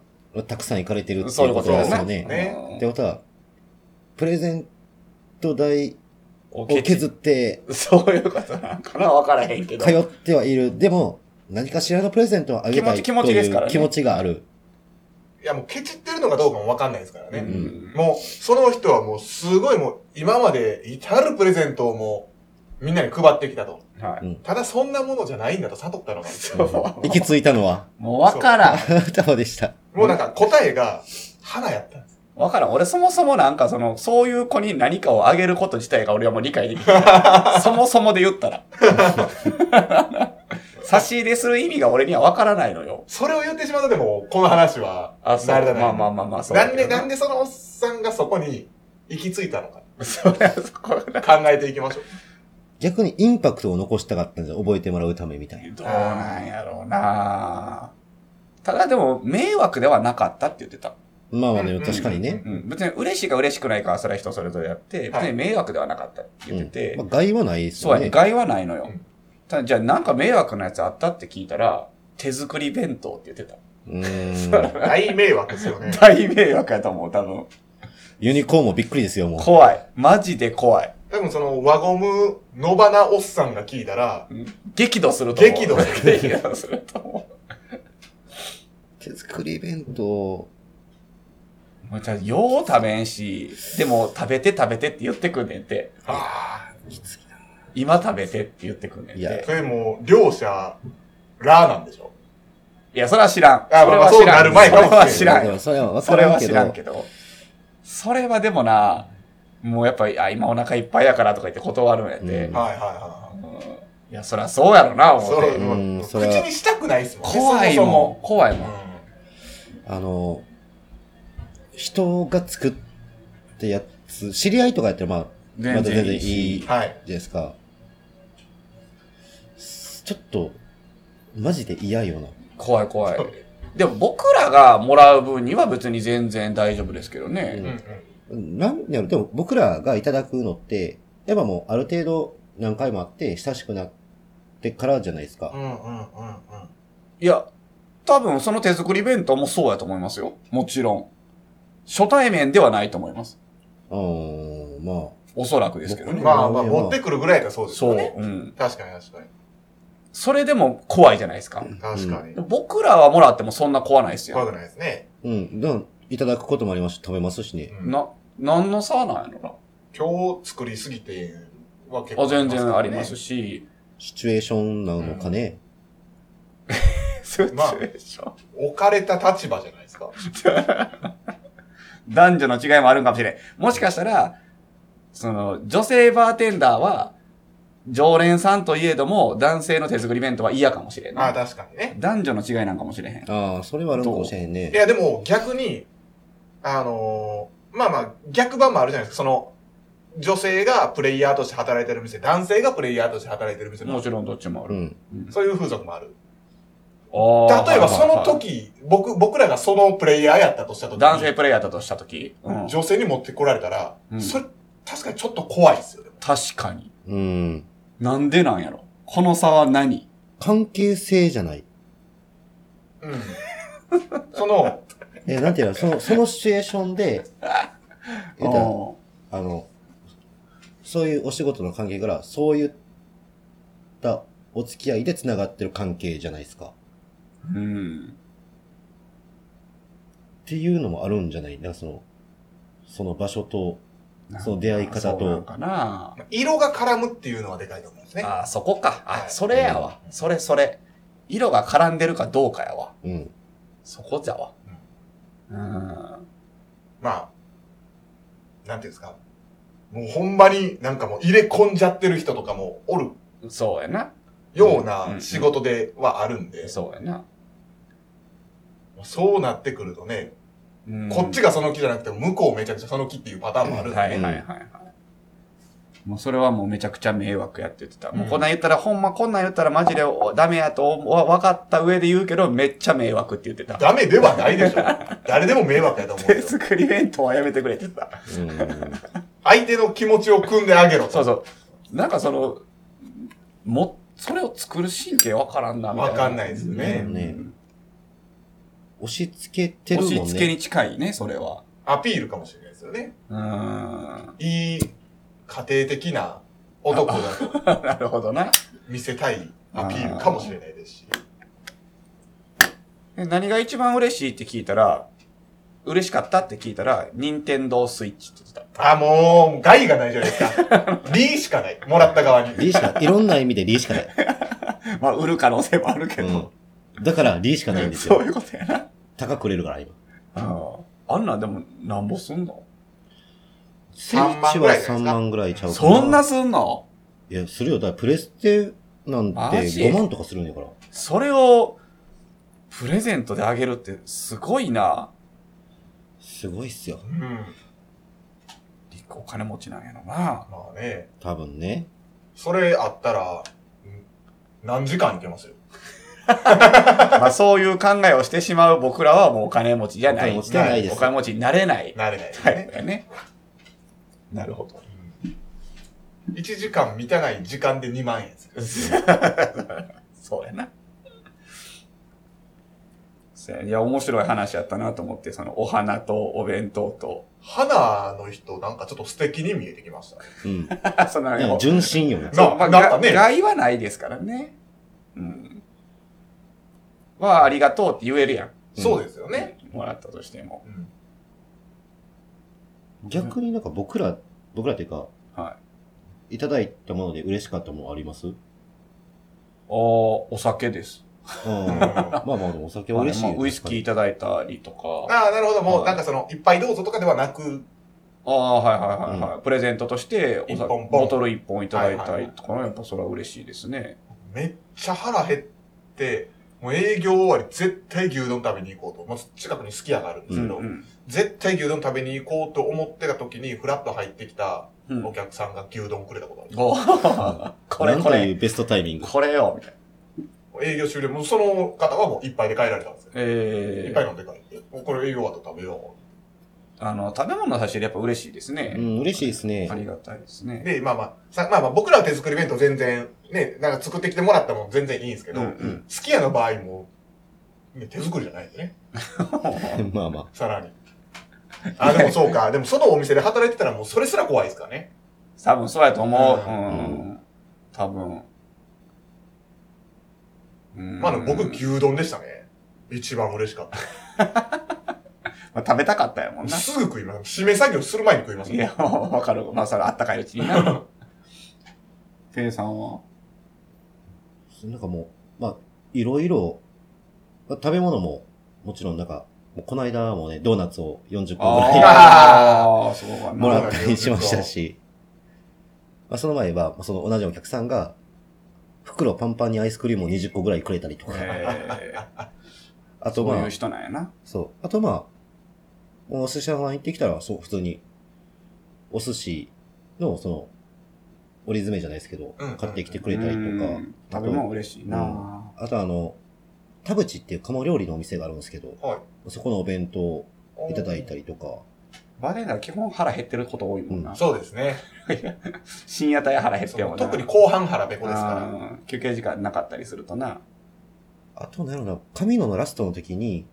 S3: たくさん行かれてるって
S2: そう
S3: い
S2: いうう
S3: こ
S2: ことと
S3: で
S2: ですす
S3: よ
S2: ね。
S3: ね。
S2: うん
S3: ってことは、プレゼント代
S2: お
S3: を
S2: けち
S3: 削って、
S2: そういうことなんかな分からへんけど
S3: 通。ってはいる。でも、何かしらのプレゼントをあげたい
S2: 気持ち気持ちですからね
S3: という気持ちが ある。
S1: いやもうケチってるのかどうかもわかんないですからね。
S2: うん
S1: もう、その人はもうすごいもう今まで至るプレゼントをもうみんなに配ってきたと。
S2: は
S3: うん
S2: い。
S1: ただそんなものじゃないんだと悟ったのが。
S2: そう
S3: 行き着いたのは、
S2: もう分からん。
S3: 歌までした。
S1: もうなんか答えが花やったんです。
S2: 分からん。俺そもそもなんかその、そういう子に何かをあげること自体が俺はもう理解できない。そもそもで言ったら。差し入れする意味が俺には分からないのよ。
S1: それを言ってしまうとでも、この話は、
S2: あ、そう。
S1: なるだ
S2: まあまあ
S1: な
S2: まあまあ、
S1: い。
S2: そう
S1: な
S2: だ
S1: ん
S2: け
S1: で、
S2: ど。
S1: なんでそのおっさんがそこに行き着いたのか。
S2: それはそこだ。
S1: 考えていきましょう。
S3: 逆にインパクトを残したかったんですよ。覚えてもらうためみたいな。
S2: どうなんやろうなただでも、迷惑ではなかったって言ってた。
S3: まあまあ
S1: う
S3: ね、
S1: ん
S3: 確かにね。
S2: うん。別に嬉しいか嬉しくないかはそれは人それぞれやって、
S1: はい
S2: 別に迷惑ではなかったって言ってて、
S3: うんまあ、害はないです
S2: そう
S3: よ
S2: やね、
S3: ね。
S2: 害はないのよ
S1: うん。
S2: ただじゃあなんか迷惑なやつあったって聞いたら、手作り弁当って言ってた。
S3: う ーん。
S1: 大迷惑ですよね。
S2: 大迷惑やと思う、多分。
S3: ユニコーンもびっくりですよ、もう。
S2: 怖い。マジで怖い。
S1: 多分その輪ゴム、野花おっさんが聞いたら、
S2: 激怒すると思う。
S1: 激怒す
S2: 激怒すると思
S3: 手作り弁当。
S2: う。もうじゃあよう食べんし、でも食べて食べてって言ってくんねんて。
S1: あ
S2: 今食べてって言ってくんねんて。
S3: い
S2: い
S3: や
S2: や、
S1: あ、それもう、両者、らなんでしょ
S2: それは知らん。
S1: あまあまあ
S2: それは知らん
S1: そうなる前
S2: そ
S1: か
S2: れ
S1: らね
S2: は知らん
S3: で
S2: よ
S3: も。それは分
S2: そ
S3: か
S2: れ
S3: ら
S2: は
S3: んけ
S2: 知らん
S3: ど
S2: け、ど。それはでもな、もうやっぱり、あ、今お腹いっぱいやからとか言って断るんやって。
S3: う
S2: うんん
S1: はいはいはい
S2: や、そりゃそうやろな、
S1: い。
S2: 思
S1: そ
S2: っ
S1: う
S2: て。
S3: うん
S1: もう
S3: それは
S1: 口にしたくないですもんね。
S2: 怖い
S1: そ
S2: もん。怖い
S1: そ
S2: も
S1: も
S2: ん。
S3: あの、人が作ってやっつ、知り合いとかやったらまあ、まだ
S2: 全
S3: 全
S2: 然
S3: 然
S2: い
S3: い
S2: いし
S3: いじゃ
S1: はい。
S3: ないですか。ちょっと、マジで嫌よな。
S2: 怖い怖い。でも僕らがもらう分には別に全然大丈夫ですけど
S1: う
S2: ね
S1: ん。うん。
S3: なんやろ、でも僕らがいただくのって、やっぱもうある程度何回もあって親しくなってからじゃないですか
S1: う。んうんうんうん。
S2: いや、多分その手作り弁当もそうやと思いますよ。もちろん。初対面ではないと思います。
S3: うん、まあ。
S2: おそらくですけどね。
S3: うん
S1: まあまあ、持ってくるぐらいだそうです
S2: そ
S1: よ
S2: う。
S1: ね。
S2: うん。
S1: 確かに確かに。
S2: それでも怖いじゃないですか。
S1: 確かに。
S2: 僕らはもらってもそんな怖ないです
S1: 怖
S2: よ。
S1: くないですね。
S3: うん。だからいただくこともありますし、食べますし
S1: う
S3: ね。
S1: ん
S2: な、何の差なんやろ
S1: 今日作りすぎては結
S2: な。
S1: 構
S2: あ全然あります
S1: し。
S2: し。
S3: シチュエーションなのかね。
S2: そう
S1: まあ
S2: でしょ。
S1: 置かれた立場じゃないですか。
S2: 男女の違いもあるんかもしれん。もしかしたら、その、女性バーテンダーは、常連さんといえども、男性の手作り弁当は嫌かもしれん
S1: あ
S2: な
S1: あ、確かにね。
S2: 男女の違いなんかもしれへん。
S3: ああ、それはあるのかもしれへんね
S1: い。や、でも逆に、あのーまあまあ、逆版もあるじゃないですか。その、女性がプレイヤーとして働いてる店、男性がプレイヤーとして働いてる店
S2: も
S1: も
S2: ちろんどっちもあ
S3: う
S2: る。
S3: ん。
S1: そういう風俗もある。
S2: あー
S1: 例えばその、
S2: はいはいは
S1: 時、僕、僕らがそのプレイヤーやったとした時
S2: い
S1: に
S2: 男性プレイヤーだとした時、うん、
S1: 女性に持ってこられたら、
S2: うん
S1: それ、確かにちょっと怖いですよ、でも。
S2: 確かに。
S3: うん。
S2: なんでなんやろこの差は何
S3: 関係性じゃない。
S1: うん。その、
S3: え、なんていうの、 その、そのシチュエーションで、言うたらあの、そういうお仕事の関係から、そういったお付き合いで繋がってる関係じゃないですか。
S2: うんうん。
S3: っていうのもあるんじゃないなんかその、その場所と、その出会い方と
S2: そうなんかな
S1: 色が絡むっていうのはでかいと思うんですね。
S2: あーそこか。あ
S1: は、い
S2: それやわ。それそれ。色が絡んでるかどうかやわ。
S3: うん。
S2: そこじゃわ。うん。
S1: まあ、なんていうんですか。もうほんまになんかもう入れ込んじゃってる人とかもおる
S2: そうやな。
S1: よう
S2: うんう
S1: なん仕事ではあるんで、
S2: そうやな。
S1: そうなってくるとね、
S2: うん
S1: こっちがその気じゃなくて向こうめちゃくちゃその気っていうパターンもあるんで、
S2: はいはいはいはい。もうそれはもうめちゃくちゃ迷惑やって言ってた。もううんこんなん言ったら、ほんまこんなん言ったらマジでおダメやと思わ分かった上で言うけど、めっちゃ迷惑って言ってた。
S1: ダメではないでしょ。誰でも迷惑やと思う
S2: 手
S1: よ。
S2: 作り弁当はやめてくれって言ってた。
S3: うん。
S1: 相手の気持ちを組んであげろと。
S2: そうそう。なんかその、も、それを作る神経わからんな、みたいな。
S1: わかんないですよね
S3: ね
S2: うん
S3: 押し付けてるもん
S2: 押し
S3: ね。
S2: 付けに近いね、それは。
S1: アピールかもしれないですよね。
S2: うーん。
S1: いい家庭的な男だと
S2: なるほどな。
S1: 見せたいアピールかもしれないですし。
S2: で何が一番嬉しいって聞いたら、嬉しかったって聞いたら、任天堂スイッチって言ってた。
S1: あ、もう、害がないじゃないです か。利しかない。もらった側に。
S3: リーしか、いろんな意味でリーしかない。
S2: まあ、売る可能性もあるけど。
S3: うん。だからリーしかないんです
S2: そう
S3: よ。
S2: いうことやな。
S3: 高く売れるから今。
S2: ああんなんでも、なんぼすんの
S3: スイッチ
S1: ぐ
S3: は
S1: らいじゃないですか
S3: 3万ぐらいちゃうか
S2: そんなすんの
S3: いや、するよ。だからプレステなんて
S2: マジ
S3: 5万とかするんやから。
S2: それを、プレゼントであげるって、すごいな。
S3: すごいっすよ
S1: う。ん。
S2: リックお金持ちなんやろな。
S1: まあね、
S3: 多分ね。
S1: それあったら、うん何時間いけますよ。
S2: まあ、そういう考えをしてしまう僕らはもうお金持ちじゃない。
S3: お金持ちではないです
S2: お金持ちになれない。
S1: 慣れないです
S2: タ
S1: ね。
S2: イプやね。なるほど。
S1: うん1時間満たない時間で2万円でする。
S2: そうやな。そうやいや、面白い話やったなと思って、その、お花とお弁当と、
S1: 花の人なんかちょっと素敵に見えてきましたね。
S3: うん。だか
S2: その、
S3: ら純真よね。
S2: そうまあ、
S1: ななんかね
S2: が害はないですからね。うん。は、ありがとうって言えるやん。
S3: うん
S1: そうですよね。。
S2: もらったとしても。
S1: うん
S3: 逆になんか僕ら、僕らっていうか、。
S2: はい
S3: いただいたもので嬉しかったものあり ますうん。
S2: い。お、お酒です。
S3: ま
S1: あ
S3: あまあ、でもお酒は嬉しい
S2: ま
S3: よ
S2: あ
S3: ね。
S2: ウイスキーいただいたりとか。
S1: あ、なるほど。も
S2: は
S1: う
S2: い
S1: なんかその、いっぱいどうぞとかではなく、
S2: ああ、はいはいはいはい。プレゼントとしてお酒、
S1: 一本ポン
S2: ボトル一本いただいたりとか、やっぱそれは嬉しいですね。
S1: めっちゃ腹減って、もう営業終わり絶対牛丼食べに行こうと。まあ、近くにすき家があるんですけど、
S2: うん
S1: 絶対牛丼食べに行こうと思ってた時に、フラッと入ってきた
S2: うん
S1: お客さんが牛丼くれたことある。
S2: おーこれ
S3: なん
S2: こと
S3: い
S2: れ、
S3: うベストタイミ ング。
S2: これよ、みたいな。
S1: もう営業終了。もうその方はもういっぱいで帰られたんですよ。い
S2: え
S1: っぱい
S2: ー、
S1: 飲んで帰って。もうこれ営業終わったら食べよ
S2: あの、食べ物の差し入れやっぱ嬉しいですね。
S3: うん、嬉しいですね
S2: あ。りがたいです
S1: う。
S2: ね。
S1: で、まあまあ、さまあまあ僕らは手作り弁当全然、ね、なんか作ってきてもらったもん全然いいんですけど、
S2: うんうん
S1: すき家の場合も、ね、手作りじゃないんでね。
S3: まあま
S1: さらに。あ、でもそうか。でもそのお店で働いてたらもうそれすら怖いですからね。
S2: 多分そうやと思う。
S1: う
S2: うん
S3: ん。
S2: 多分。うん
S1: まあでも僕牛丼でしたね。一番嬉しかっ
S2: まあ食べたかったやもん
S1: た。
S2: な。
S1: すぐ食います。締め作業する前に食います
S2: い。や、わかる。まあ、それあったかいうちにな。ペイさんは
S3: あ、なんかもう、まあ、いろいろ、まあ食べ物も、もちろんなんか、もうこの間もね、ドーナツを40個ぐらい
S2: ああ、そうかな。
S3: もらったりしましたし、まあ、その前は、まあその同じお客さんが、袋パンパンにアイスクリームを20個ぐらいくれたりとか、
S2: えー
S3: あと
S2: そ
S3: ま
S2: う
S3: あ、
S2: いう人なんやな。
S3: そう。あとまあ、お寿司屋さん行ってきたら、そう、普通に、お寿司の、その、折り詰めじゃないですけど
S1: うん、
S3: 買ってきてくれたりと
S2: う
S3: か
S2: ん、
S3: あ
S2: 食べ物
S3: と、
S2: 嬉しいな。
S3: あとあの、田淵っていう鴨料理のお店があるんですけど、
S1: は
S3: そこのお弁当を
S1: い
S3: いただいたりとか、
S2: バレーな基本腹減ってること多いもんな。
S1: そうですね。
S2: 深夜帯腹減って
S1: そ
S2: も
S1: の
S2: な。
S1: 特に後半腹ペコですか
S2: あー休憩時間なかったりするとな。
S3: あと、なんやろな、神野のラストの時に、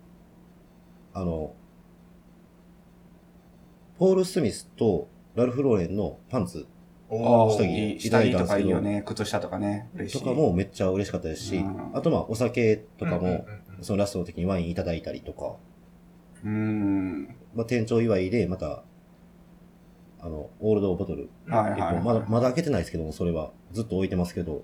S3: あの、ポール・スミスとラルフ・ローレンのパンツ
S1: ら。
S2: あ
S1: お
S2: ー
S3: 下
S1: ー
S3: 着
S2: いい
S3: い
S2: 下
S3: ただ
S2: 着
S3: いた
S2: と
S3: んです
S2: か
S3: けど
S2: いいよね。靴下とかね。嬉し
S3: と
S2: い。
S3: かもめっちゃ嬉しかったですし
S2: うん、
S3: あとまあお酒とか
S1: うんうん
S3: も、そのラストの時にワインいただいたりとか、
S2: うん。
S3: まあ、店長祝いでまた、あの、オールドボトル、
S2: はい
S3: 一
S2: はい、
S3: 本まだ、まだ開けてないですけども、それは。ずっと置いてますけど、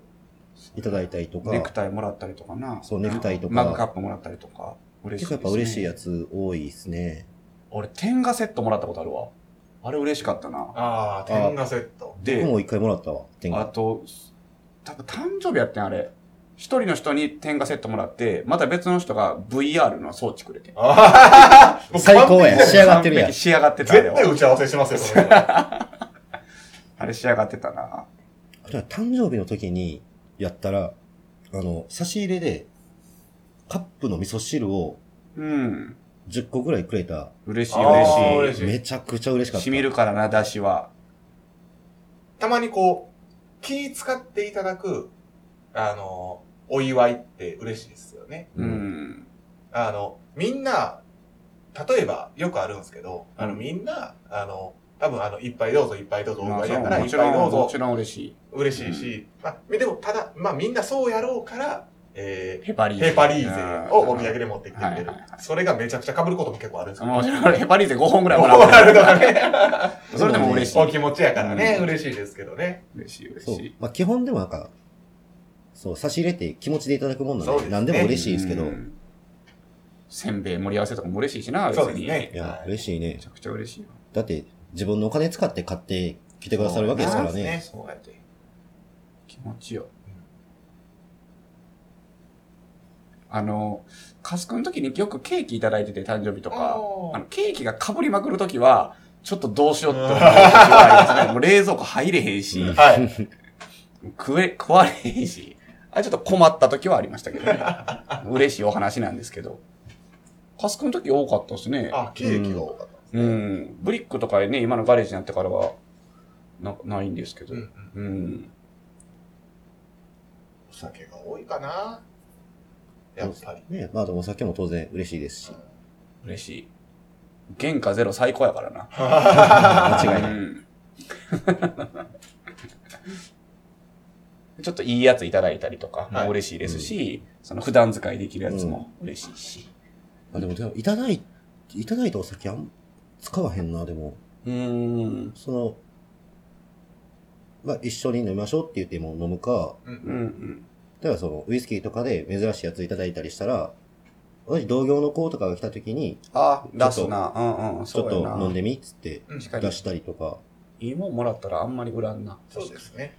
S3: いただいたりとか、
S2: ネク
S3: 結
S2: タイもらったりとかな。
S3: そうネクタイとか
S2: マグカップもらったりとか。嬉しい、
S3: 構やっぱ嬉しいや
S2: つ。
S3: つ多いですね。
S2: 俺、天下セットもらったことあるわ。あれ嬉しかったな。
S1: ああ、天下セッ ト。
S3: 僕
S2: で、
S3: も一回もらったわ、天
S2: あ
S3: 下。
S2: と、多分誕生日やってん、あれ。一人の人に天下セットもらって、また別の人が VR の装置くれてん。
S1: ああ、
S3: 最高
S1: もう
S3: や
S1: 完
S3: 仕上がってるやん
S2: 完璧仕上がってた、あれ
S1: 絶
S2: は
S1: 対。打ち合わせしますよ、それ。
S2: あれ仕上がってたな。
S3: あとは誕生日の時にやったら、あの、差し入れで、カップの味噌汁を
S2: うん。
S3: 10個ぐらいくれた、
S2: 嬉しい、
S1: あー
S2: 嬉
S1: 嬉
S2: し
S1: し
S2: い
S1: い。
S3: めちゃくちゃ嬉しかった。
S2: 染みるからな、出汁は。
S1: たまにこう、気使っていただく、あの、お祝いって嬉しいですよね。
S2: う。
S3: うん
S1: あの、みんな、例えばよくあるんですけど、あの、
S2: うん
S1: みんな、あの、多分あの、いっぱいどうぞ、いっぱいどうぞ、お
S2: ま
S1: 祝い
S2: あそう
S1: やから、い
S2: も
S1: っ
S2: ち
S1: ぱ
S2: ろ
S1: いど
S2: ん、も
S1: う
S2: ち
S1: ぞ、
S2: ろん嬉しい。
S1: 嬉しいし、まあ、でもただ、まあみんなそうやろうから、え
S2: ヘパリー
S1: ー、
S2: ゼ。
S1: ヘパリーゼをお土
S2: うん
S1: 産で持ってきてくれる
S2: はいはい。
S1: それがめちゃくちゃ被ることも結構あるんですよ。
S2: もうヘパリーゼ5本ぐらいもらう
S1: 怒られるからね。
S2: それでも嬉しい
S1: お。気持ちやからね、
S2: うん
S1: 嬉しいですけどね。
S2: 嬉しい、嬉
S3: そう
S2: しい。。
S3: まあ、基本でもなんか、そう、差し入れって気持ちでいただくもんな
S1: そ
S3: の
S1: うで
S3: で、
S1: すね
S3: 何でも嬉しいですけど、
S2: う
S3: い
S2: ん。せんべい盛り合わせとかも嬉しいしな、
S1: そうですね。
S3: や
S1: は、い
S3: 嬉しいね
S2: めち。ゃくちゃ嬉しいよ。
S3: だって、自分のお金使って買ってきてくださるわけですから
S1: そう
S3: ね。
S1: そうやって。
S2: 気持ちよ。あの、カスクの時によくケーキいただいてて、誕生日とか。
S1: おー
S2: あの、ケーキが被りまくる時は、ちょっとどうしようって思う時はあります ね。もう冷蔵庫入れへんし、
S1: はい。
S2: 食え、食われへんし。あれちょっと困った時はありましたけどね。嬉しいお話なんですけど。カスクの時多かったですね。
S1: あ、ケーキが多かった。
S2: うん。ブリックとかね、今のガレージになってからは、なないんですけど。
S1: う
S2: うん。
S1: うんんお酒が多いかな。やっぱり。
S3: ね、まあ、でもお酒も当然嬉しいですし。
S2: 嬉しい。原価ゼロ最高やから な。
S3: 間違いない。
S2: うん。 ちょっといいやついただいたりとか、
S1: はい
S2: も嬉しいですし、その普段使いできるやつも嬉しいし。
S3: あ、でも、でもいただい、いただいたお酒あん、使わへんな、でも。
S2: うん。
S3: その、まあ、一緒に飲みましょうって言っても飲むか、
S1: う。
S2: うんうんん。
S3: 例えばその、ウイスキーとかで珍しいやついただいたりしたら、私同業の子とかが来た時に、
S2: あ、出すな。うんうん。
S3: ちょ
S2: そう
S3: っ
S2: や
S3: と
S2: な。
S3: 飲んでみっつって
S1: うん
S2: 確か
S3: 出
S2: に。
S3: したりとか、
S2: いいもんもらったらあんまり売らんな。
S1: そうですね。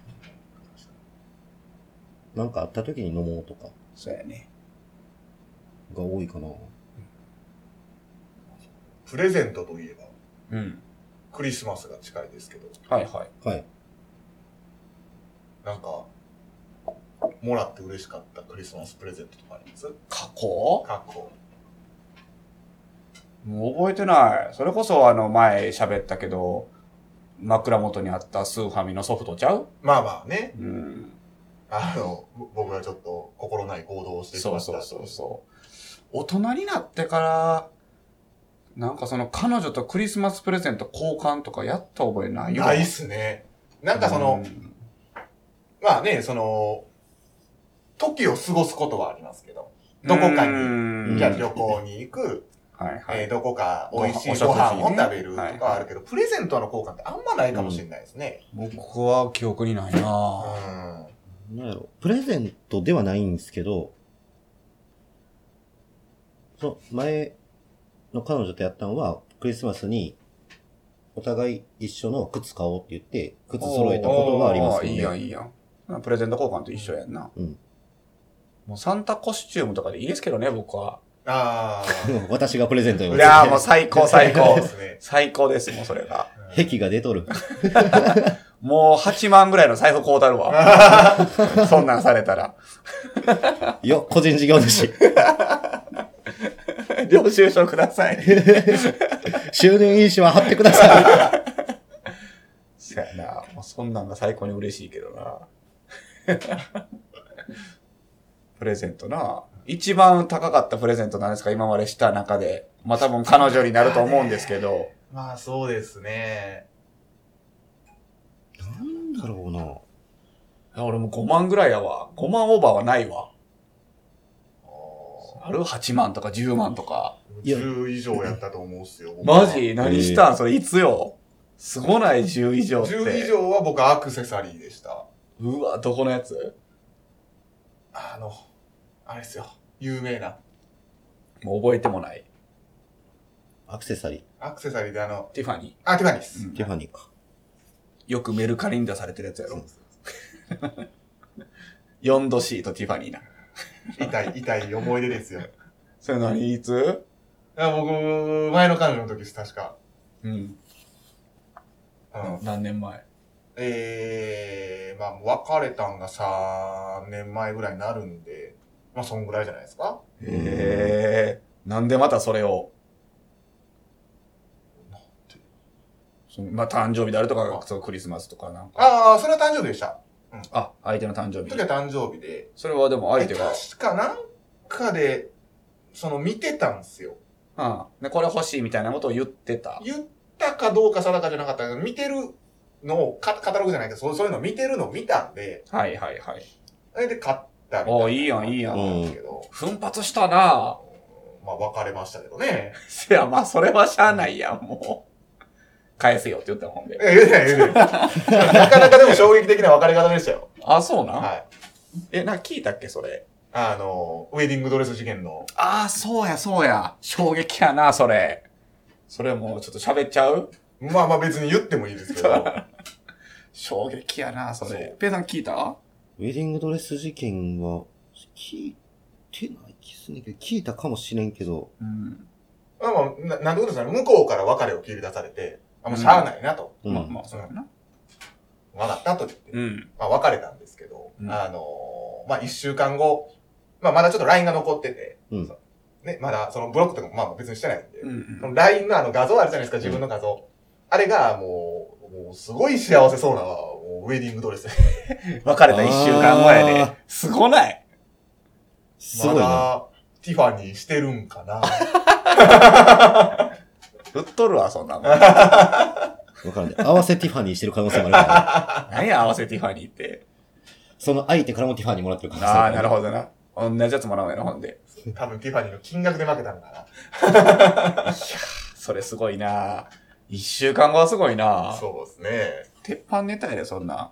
S3: なんかあった時に飲もうとか。
S2: そうやね。
S3: が多いかな。
S1: プレゼントといえば、
S2: うん。
S1: クリスマスが近いですけど、
S2: はいはい。
S3: はい。
S1: なんか、もらって嬉しかったクリスマスプレゼントとかあります
S2: 過去
S1: 過去。
S2: もう覚えてない。それこそあの前喋ったけど、枕元にあったスーファミのソフトちゃう
S1: まあまあね、
S2: うん。
S1: あの、ぼ僕がちょっと心ない行動をしてし
S2: そ
S1: まっ
S2: う
S1: たとい
S2: そうそうそう。大人になってから、なんかその彼女とクリスマスプレゼント交換とかやった覚えないよ。
S1: ないっすね。なんかその、
S2: うん
S1: まあね、その、時を過ごすことはありますけど、どこかに、
S2: に
S1: じゃあ
S2: は
S1: 旅行に行く、
S2: いはい。
S1: えーどこか美味し
S2: ご
S1: い
S2: 飯
S1: ご飯
S2: お食事
S1: を
S2: ね
S1: 食べるとかはあるけど、プレゼントの交換ってあんまないかもしれないですね。
S2: 僕は記憶にないなぁ。
S1: うん。
S3: なんやろ。プレゼントではないんですけど、その前の彼女とやったのは、クリスマスに、お互い一緒の靴買おうって言って、靴揃えたことがあります
S2: おーいいや
S3: よ
S2: ん
S3: ね。
S2: いいやん。プレゼント交換と一緒やんな。
S3: うん
S2: もうサンタコスチュームとかでいいですけどね、僕は。
S1: あ
S3: でも私がプレゼント
S2: い
S3: よ。
S2: やー もう最高最
S1: あ。そう
S2: 高
S1: で。すね。
S2: 最高です、もうそれが。
S3: 壁が出とる。
S2: もう8万ぐらいの財布買うたるわ。 そんなんされたら。
S3: よ、個人事業主。
S2: 領収書ください。
S3: 収入印紙は貼ってください。
S2: そやな。もうそんなんが最高に嬉しいけどな。プレゼントな。一番高かったプレゼントなんですか今までした中で。まあ多分彼女になると思うんですけど。
S1: まあそうですね。
S3: なんだろうな。
S2: いや俺も5万ぐらいやわ。5万オーバーはないわ。
S1: おー
S2: ある ?8 万とか10万とか。
S3: いや
S1: 10以上やったと思うっすよ。僕は
S2: マジ何したんそれいつよすごない10以上って。
S1: 10以上は僕アクセサリーでした。
S2: うわ、どこのやつ
S1: あの、あれっすよ。有名な。
S2: もう覚えてもない。
S3: アクセサリ
S1: アクセサリーであの、
S2: ティファニ
S1: あ、ティファニーっす。
S2: ー。
S3: ー。ティファニーか。
S2: よくメルカリに出されてるやつや
S1: そう
S2: ろ
S1: で。す
S2: 4度 C とティファニーな。
S1: 痛い、痛い思い出ですよ。
S2: それ何いつ
S1: あ僕、前の彼女の時です、確か。
S2: うん。
S1: うん。
S2: 何年前
S1: ええまあ、もう別れたんが3年前ぐらいになるんで、まあ、そんぐらいじゃないですか。
S2: へえ。なんでまたそれをそのまあ、誕生日であるとか、そうクリスマスとかなんか。
S1: ああ、それは誕生日でした。
S2: あ、相手の誕生
S1: その
S2: 日
S1: 時。は誕生日で。
S2: それはでも相手が
S1: え、確かなんかで、その見てたんすよ。
S2: うん。で、これ欲しいみたいなことを言ってた。
S1: 言ったかどうか定かじゃなかったけど、見てるのを、カカタログじゃないけど、そうそういうの見てるのを見たんで、
S2: はいはいはい。
S1: それで買ったみたいな。
S2: おーいいやんいいやん
S1: なんですけど、
S2: 奮発した なぁ。
S1: まあ、別れましたけどね。
S2: せや、まあ、それはしゃあないやん、もう。返せよって言ったもんで。
S1: え、言うてない、言うてない。なかなかでも衝撃的な別れ方でしたよ。
S2: あ、そうなん、
S1: はい。
S2: え、なんか聞いたっけ、それ。
S1: あの、ウェディングドレス事件の。
S2: ああ、そうや、そうや。衝撃やな、それ。それもうちょっと喋っちゃう
S1: まあまあ別に言ってもいいですけど。
S2: 衝撃やな、そ
S1: そう
S2: れ。ペイさん聞いた
S3: ウェディングドレス事件は、聞いてない気すんねんけど、聞いたかもしれんけど、
S2: うん。
S1: まあまあ、ななんてことですかね。向こうから別れを切り出されて、あ、もうしゃあないなと。
S3: うん
S2: まあまあ、そうやな。
S1: わかったと言って。
S2: うん。
S1: まあ別れたんですけど、
S2: うん
S1: あのーまあ一週間後、まあまだちょっと LINE が残ってて、
S3: うん
S1: そね、まだそのブロックとかもまあ別にしてないんで、
S2: うん
S1: その LINE のあの画像あるじゃないですか、自分の画像。あれがもう、もうすごい幸せそうな、もうウェディングドレス。
S2: うん。別れた一週間後や
S3: あー
S2: で。すごない
S3: すごい
S1: ま
S3: な。
S1: だティファニーしてるんかな。
S2: 売っとるわ、そんなもん。
S3: わからんね。合わせティファニーしてる可能性もあるから、ね、
S2: 何や、合わせティファニーって。
S3: その相手からもティファニーもらってる可能性
S2: ああ、なる
S3: ほ
S2: ほどな。同じやつもらうやろ、ほんで。
S1: 多分ティファニーの金額で負けたんか
S2: それすごいな一週間後はすごい
S1: な。
S2: な
S1: そうですね。
S2: 鉄板ネタやで、そんな。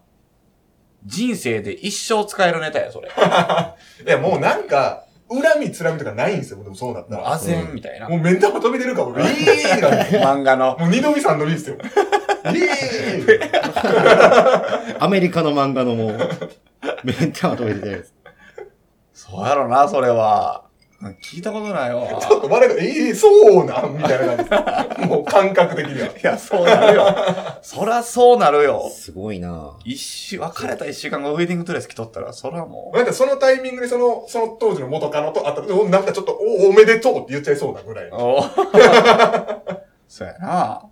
S2: 人生で一生使えるネタや、それ。
S1: いや、もうなんか、恨み、つらみとかないんですよ、でもそうなった
S2: もう、
S1: ら。
S2: あぜんみたいな。
S1: もう目ん玉飛び出るかも、イーンなんで
S2: 漫画の。
S1: もう二度見三度見ですよ。イーン
S3: ど。アメリカの漫画のもう、メンターと出てるやつ。
S2: そうやろな、それは。聞いたことないわ。
S1: ちょっと我が、ええそうなんみたいな感じ。もう感覚的には。
S2: いや、そうなるよ。そらそうなるよ。
S3: すごいなぁ
S2: 一週、別れた一週間後、ウェディングドレス着とったら、そらも。
S1: なんかそのタイミングでその、その当時の元カノと会った時おなんかちょっとお、おめでとうって言っちゃいそうなぐらいうの
S2: おそうやな。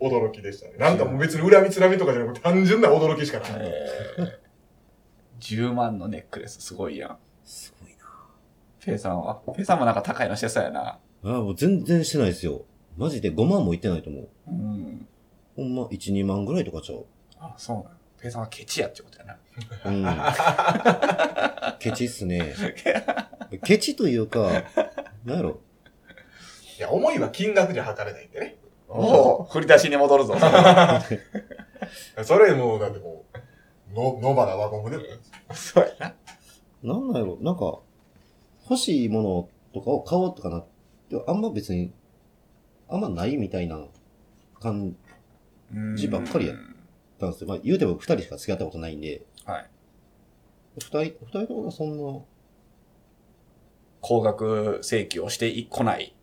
S1: 驚きでしたね。なんかもう別に恨みつらみとかじゃなくて単純な驚きしかない。
S2: えー、10万のネックレス、すごいやん。
S3: すごいな
S2: ペイさんは。ペイさんもなんか高いのしてそうやな。
S3: ぁあーもう全然してないですよ。マジで5万もいってないと思う。
S2: うん。
S3: ほんま、1、2万ぐらいとかちゃう。
S2: あ、そうなの。ペイさんはケチやってことやな。
S3: うん。ケチっすね。ケチというか、なんやろ。
S1: いや、思いは金額じゃ測れないんでね。
S2: おお振り出しに戻る ぞ。
S1: それもう、だってもう、の、野原輪ゴムでも
S2: そうやな。
S3: なんなんやろ。なんか、欲しいものとかを買おうとかなって、あんま別に、あんまないみたいな感じ字ばっかりや
S2: うん
S3: たんですよ。まあ言うても2人しか付き合ったことないんで、
S2: はい。
S3: 2人、二人ともがそんな、
S2: 高額請求をしていこない。
S3: うん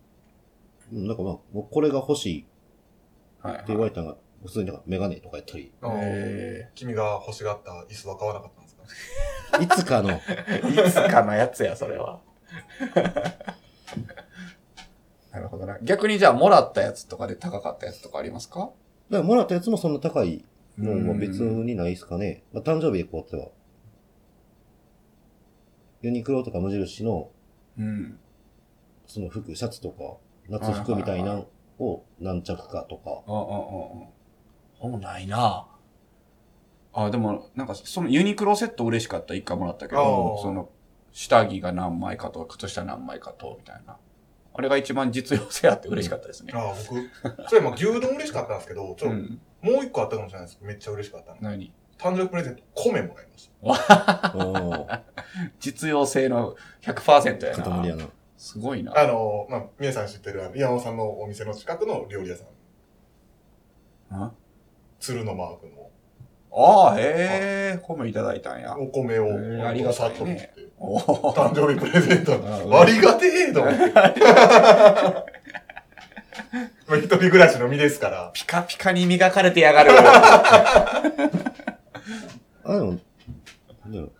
S3: なんかまあ、もうこれが欲しいって
S2: はい、はい。
S3: 言われたのが、普通になんかメガネとかやったり、
S2: え
S1: 君が欲しがった椅子は買わなかったんですか
S3: いつかの、
S2: ーいつかのやつや、それは。なるほどな。逆にじゃあ、もらったやつとかで高かったやつとかありますか
S3: だからもらったやつもそんな高いもんは別
S2: うん
S3: にないですかね。まあ、誕生日でこうやっては。ユニクロとか無印の
S2: うん。
S3: その服、シャツとか、夏服みたいなのを何着かとか。
S2: ああ、ああ、ああ。ほぼないな。あ、でも、なんか、そのユニクロセット嬉しかった、一回もらったけど
S1: あ、あ
S2: その、下着が何枚かと、靴下何枚かと、みたいな。あれが一番実用性あって嬉しかったですね。
S1: ああ、僕、それも牛丼嬉しかったんですけど、ちょっと、
S2: うん。
S1: もう一個あったかもしれないです。めっちゃ嬉しかったの。
S2: 何
S1: 誕生日プレゼント、米もらいまし
S3: おー
S2: 実用性の100%やな。
S3: 塊やな。
S2: すごいな。
S1: た。あの、まあ、皆さん知ってる、あの、山尾さんのお店の近くの料理屋さん。
S2: あ
S1: 鶴のマークの
S2: ああ、へえ、米いただいたんや。
S1: お米を
S2: へー、ありがたいね
S1: さっと
S2: おお
S1: 持って。誕生日プレゼン ト
S2: なるほ
S1: の。
S2: ど
S1: ありがてえと思って。 まあ一人暮らしの身ですから。
S2: ピカピカに磨かれてや がる。
S3: あ、でも、なんだろう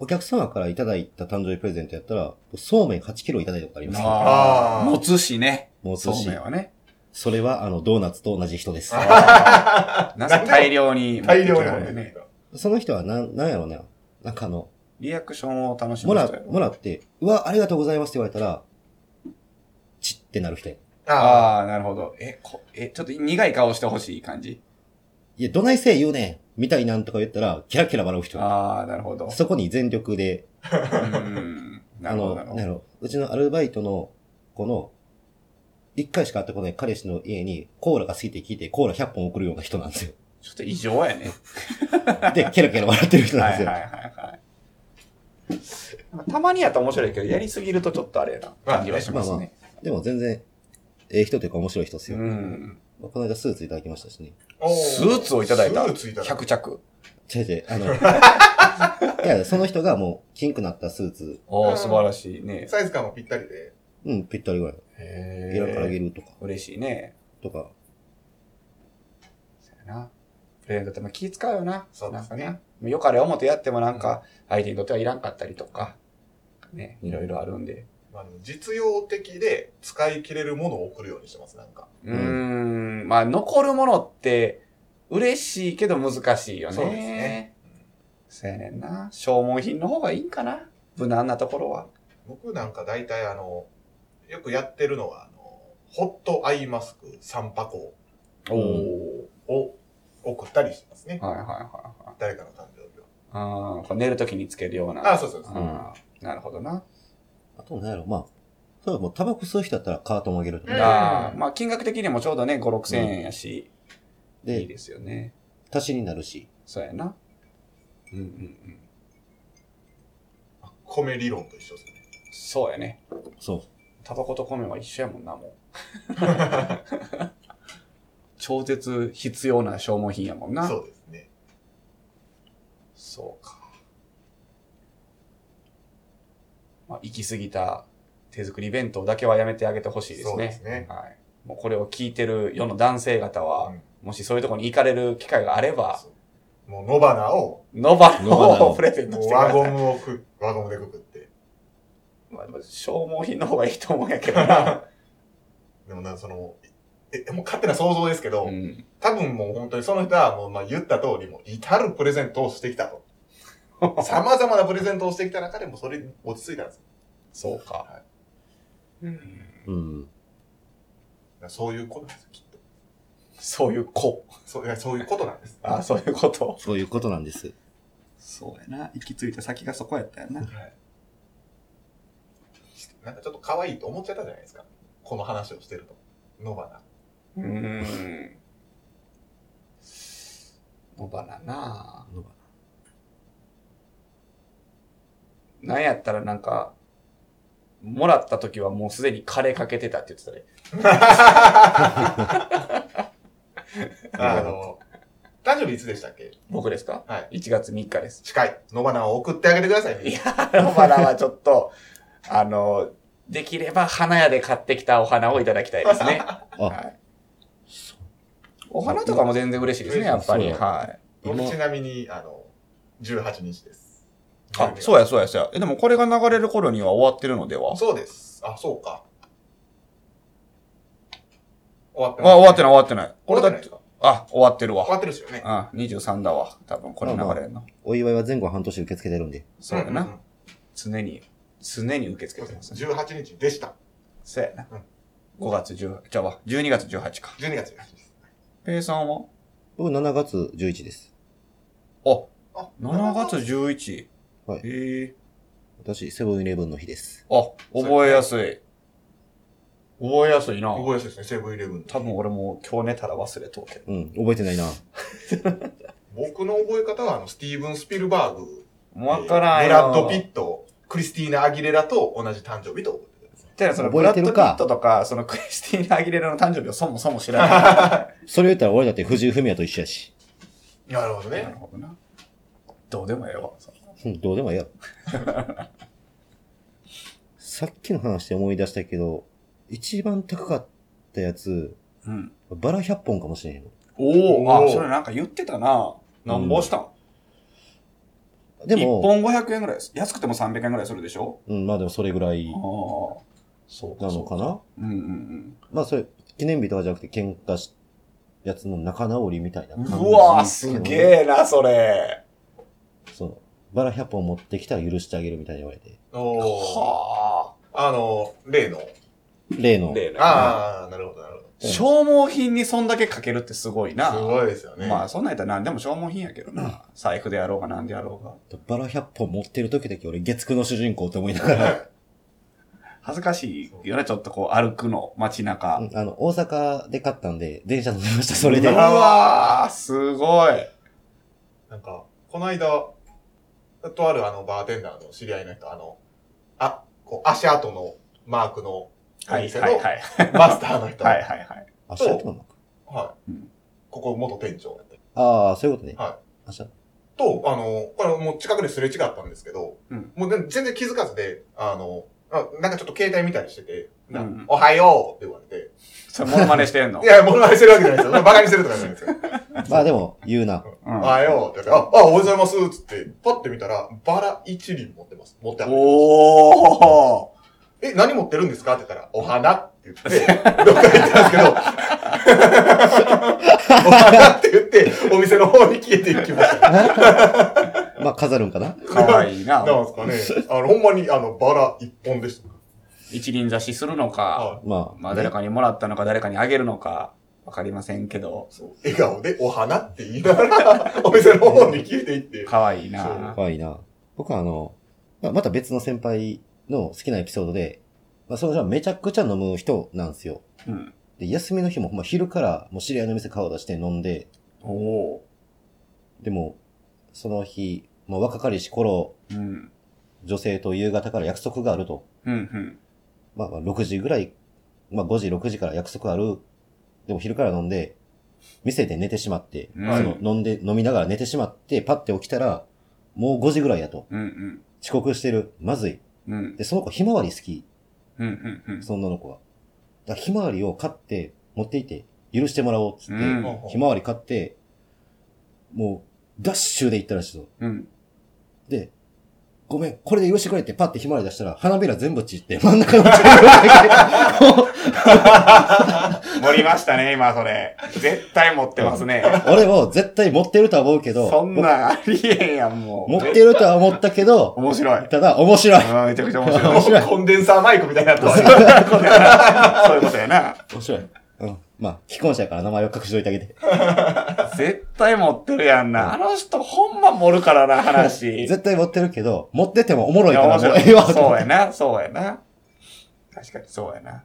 S3: お客様からいただいた誕生日プレゼントやったら、そうめん8キロいただいたことあります、ね。
S2: ああ
S1: あー
S2: 持つしね。
S3: もう
S2: そ
S3: 寿
S2: う
S3: 司
S2: めん。はね。
S3: それは、あの、ドーナツと同じ人で す。
S2: なぜ大量 に持って
S1: 大
S2: きて
S1: 量
S2: く
S1: に
S2: れ
S1: 持
S2: る
S1: っ
S2: んだ
S1: て
S2: よ
S1: き
S2: ね。
S1: た。
S3: その人は、なん、なんやろうね。なんかあの、
S2: リアクションを楽し
S3: も
S2: む
S3: ら
S2: 人や、
S3: もらって、うわ、ありがとうございますって言われたら、チッってなる人や。
S1: ああ。
S2: ああ、なるほど。え、こ、え、ちょっと苦い顔してほしい感じ。
S3: いや、どないせい言うねんみたいなんとか言ったら、キラキラ笑う人や。
S2: ああ、なるほど。
S3: そこに全力で、
S2: うん。な
S3: あ
S2: るほ
S3: の、
S2: ど、
S3: な
S2: なんる
S3: や
S2: ほど。
S3: ろう、うちのアルバイトの子の、一回しか会ったことない彼氏の家にコーラが好きて聞いて、コーラ100本送るような人なんですよ。
S2: ちょっと異常 やね。
S3: で、ケラケラ笑ってる人なん
S2: は
S3: で
S2: い
S3: す
S2: はい
S3: よ。
S2: はいはい。たまにやったら面白いけど、やりすぎるとちょっとあれやな感じはしますね。
S3: でも全然、ええ人というか面白い人ですよ。
S2: うん。
S3: まあこの間スーツいただきましたしね。
S1: お
S2: スーツをいただいた。
S1: スーツいただいた。
S2: 100着。
S3: 違う違う、あ の、いや、その人がもう、ピンクなったスーツ、
S2: お
S1: うん
S2: ー、素晴らしいね。
S1: サイズ感もぴったりで。
S3: うん、ぴったりぐらい。
S2: へ
S3: ゲラからげるとか、
S2: 嬉しいね。
S3: とか、
S2: そうやな。プレゼントってまあ気使うよな。
S1: そうですね
S2: なんかな。よかれ思ってやってもなんか、相手にとってはいらんかったりとか、ね、いろいろあるんで。
S1: まあ、実用的で使い切れるものを送るようにしてます、なんか。
S2: う
S3: う
S2: ー
S3: ん
S2: ん、まあ残るものって、嬉しいけど難しいよね。
S1: そうですね。
S2: そうやねんな。消耗品の方がいいんかな。無難なところは。
S1: 僕なんか大体あの、よくやってるのは、あの、ホットアイマスク3箱
S3: お
S1: を送ったりしてますね。
S2: はいはいはいはい。
S1: 誰かの誕生日を。
S2: ああ、これ寝るときにつけるような。
S1: あ、そうそうそう。
S2: あーなるほどな。
S3: あと何やろ、まあ、それはもう、タバコ吸う人だったらカートもあげると
S1: うん
S3: か。
S2: あーまあ金額的にもちょうどね、5、6千円やし、いい
S3: で、
S2: ですよね。
S3: 足しになるし。
S2: そうやな。うんうんうん。
S1: 米理論と一緒ですね。
S2: そうやね。
S3: そ
S2: タバコと米は一緒やもんな、もう。 超絶必要な消耗品やもんな。
S1: そうですね。
S2: そうか。ままあ、行き過ぎた手作り弁当だけはやめてあげてほしいですね。
S1: そうですね
S2: はい。もうこれを聞いてる世の男性方は、
S1: うん
S2: もしそういうところに行かれる機会があれば、
S1: そうもう野花を、
S2: ノバ
S3: 野花
S2: のを
S3: を
S2: プレゼント
S1: も
S2: し
S1: う
S2: てくだ
S1: 輪
S2: さい。
S1: ゴムを く、輪ゴムでくくって。
S2: まあ、でも消耗品の方がいいと思うんやけ どな。
S1: でもな、その、え、もう勝手な想像ですけど、
S2: うん。
S1: 多分もう本当にその人はもうまあ言った通り、もう至るプレゼントをしてきた と。様々なプレゼントをしてきた中でもそれに落ち着いたんです。
S2: そうか。
S1: はい
S3: うん。
S1: そういうことなんです、きっと。
S2: そういう子。
S1: そういやそういうことなんです。
S2: あそういうこと。
S3: そういうことなんです。
S2: そうやな。行き着いた先がそこやったよな。
S1: なんかちょっと可愛いと思っちゃったじゃないですか。この話をしてると。野花。
S2: うーん。野花なぁ。なんやったらなんか、もらった時はもうすでに枯れかけてたって言ってたね。
S1: あの、誕生日いつでしたっけ
S2: 僕ですか。
S1: はい
S2: 1月3日です。
S1: 近い。野花を送ってあげてください、
S2: い
S1: ね。
S2: や、野花はちょっと、あの、できれば花屋で買ってきたお花をいただきたい ですね。はい。
S3: そ
S2: お花とかも全然嬉しいですね、やっぱり。
S3: そう
S2: はい。
S3: 今
S1: 俺ちなみに、あの、18日です。
S2: あ、
S1: 12
S2: そうや、そうや、そうや。え、でもこれが流れる頃には終わってるのでは
S1: そうです。あ、そうか。終わって
S2: あ、終わってない、終わってない。
S1: こ
S2: こ
S1: れ
S2: れ
S1: だ
S2: だ
S1: っ
S2: ってて
S1: 終、
S2: あ、終わってるわ。
S1: わってるですよね。
S2: あ、23だわ。多分、これ流れんの。
S3: お祝いは前後半年受け付けてるんで。
S2: そうや
S1: んん。。
S2: なん常に、常に受け付
S1: そう
S2: けて
S1: で
S2: ますす
S1: ね
S2: ね。
S1: 18日でした。
S2: そうやな
S1: うん。
S2: 5月18、じゃあわ、12月18か。
S1: 12月18日です。
S2: ペイさんは
S3: 僕7月11です。
S2: あ、
S1: あ
S2: 7月11。
S3: はい
S2: え
S3: 私、セブンイレブンの日です。
S2: えあ、覚えやすい。覚えやすいな。
S1: 覚えやすいですね、セブンイレブン。
S2: 多分俺もう今日寝たら忘れとうけど。
S3: うん、覚えてないな。
S1: 僕の覚え方は、あの、スティーブン・スピルバーグ、
S2: わからんよ。
S1: ブラッド・ピット、クリスティーナ・アギレラと同じ誕生日と覚えてください。
S2: じゃあそのブ
S3: 覚
S2: ラ
S3: え
S2: ッド・
S3: て
S2: ピ
S3: るか
S2: ットとか、そのクリスティーナ・アギレラの誕生日をそもそも知らない。
S3: それ言ったら俺だって藤井フミヤと一緒やし。
S1: なるほど
S2: な
S1: ね
S2: る。ほどな。どうでもええわ。その
S3: うん、どうでもえ えやろ。さっきの話で思い出したけど、一番高かったやつ、
S2: うん。
S3: バラ100本かもしれんよ。
S2: おお
S1: お
S2: あ、
S1: ー
S2: それなんか言ってたな。なんぼしたん、
S3: で
S2: 一
S3: も、
S2: 本500円ぐらいです。安くても300円ぐらいするでしょ
S3: うん、まあでもそれぐらい
S2: ああ。そう
S3: なのかな
S2: うんうん
S3: まあそれ、記念日とかじゃなくて喧嘩し、やつの仲直りみたいな
S2: う
S3: 感
S2: ん。
S3: じ。
S2: うわーす
S3: え。
S2: げえな、それ。
S3: そう。バラ100本持ってきたら許してあげるみたいに言われて。
S1: おー。
S2: は
S1: あの、例の。
S3: 例
S2: あ。
S3: の。
S2: 例のや
S1: ああ、なるほど、なるほど。
S2: つな。消耗品にそんだけかけるってすごいな。
S1: すごいですよね。
S2: まあ、そんなんやったら何でも消耗品やけどな。財布であろうが何であろうが。
S3: バラ100本持ってる時だけ俺月9の主人公って思いなが ら、
S2: 恥ずかしいよね、ちょっとこう歩くの、街中。
S3: うんあの、大阪で買ったんで、電車乗りました、それで。
S2: うわー、すごい。
S1: なんか、この間、とあるあの、バーテンダーの知り合いの人、あの、あ、こう、足跡のマークのお
S2: はい
S1: 店
S2: はい
S1: の
S2: はい。
S1: マスターの人。
S2: はいはいはい。
S3: あ、そうやったの
S1: はい
S2: うん
S1: ここ元店長やって。
S3: ああ、そういうことね。。
S1: はい
S3: あ、そう
S1: と、あの、これもう近くですれ違ったんですけど、
S2: うん
S1: もう全全然気づかずで、あの、あなんかちょっと携帯見たりしてて、な
S2: うん
S1: おはようって言われて、
S2: それモノマネしてんの
S1: いや、物まねしてるわけじゃないですよ。馬鹿にしてるとかじゃないですよ。
S3: まあでも、言うな。
S2: うん
S1: おはようって言って、あ、あ、おはようございますっつって、パッて見たら、バラ一輪持ってます。持ってある。
S2: おー
S1: え、何持ってるんですかって言ったら、お花って言って、どっか行ったんですけど、 お花って言って、お店の方に消えていきました。
S3: まあ飾るんかな
S2: かわいいな。
S1: なんですかね。あの、ほんまに、あの、バラ一本でした。
S2: 一輪差しするのか、
S1: は
S3: まあ。
S2: まあ誰かにもらったのか誰かにあげるのか、わかりませんけど、
S1: い。笑顔でお花って言いながら、お店の方に消えていって。
S2: かわいい
S1: そう
S2: な。
S3: 怖いな。僕はあの、まあ、また別の先輩の好きなエピソードで、まあ、その人はめちゃくちゃ飲む人なんですよ。
S2: うん。
S3: で、休みの日も、まあ、昼からもう知り合いの店顔出して飲んで、
S2: おお
S3: でも、その日、まあ、若かりし頃、
S2: ー。うん。
S3: 女性と夕方から約束があると。
S2: うんうん。
S3: まあ、まあ6時ぐらい、まあ、5時、6時から約束ある。でも昼から飲んで、店で寝てしまって、
S2: うん
S3: その飲んで、飲みながら寝てしまって、パッて起きたら、もう5時ぐらいやと。
S2: うんうん。
S3: 遅刻してる。まずい。
S2: うん。
S3: で、その子ひまわり好き、
S2: うん。うん。うん。
S3: その女の子が。だからひまわりを買って、持っていて、許してもらおうっつって、
S2: うん
S3: ひまわり買って、もう、ダッシュで行ったらしいの。
S2: うん。
S3: で、ごめん、これで許してくれってパッてひまわり出したら、花びら全部散って、真ん中の茶色いだけ
S2: 盛りましたね、今それ。絶対持ってますね。
S3: 俺も絶対持ってるとは思うけど、
S2: そんなんありえんやん、もう。
S3: 持ってるとは思ったけど、
S2: 面白い。うん
S3: ただ面白い。
S2: めちゃくちゃ面白い。
S3: 面白い
S1: コンデンサーマイクみたいになってます。
S2: そういうことやな。
S3: 面白い。うん。まあ、既婚者やから名前を隠しといてあげて。
S2: 絶対持ってるやん
S3: うん
S2: な。あの人、ほんま盛るからな、話。
S3: 絶対持ってるけど、持っててもおもろい
S2: い
S3: か
S2: や
S3: ら
S2: 面
S3: もう
S2: 白
S3: ええわ。
S2: い。そうやな、そうやな。確かにそうやな。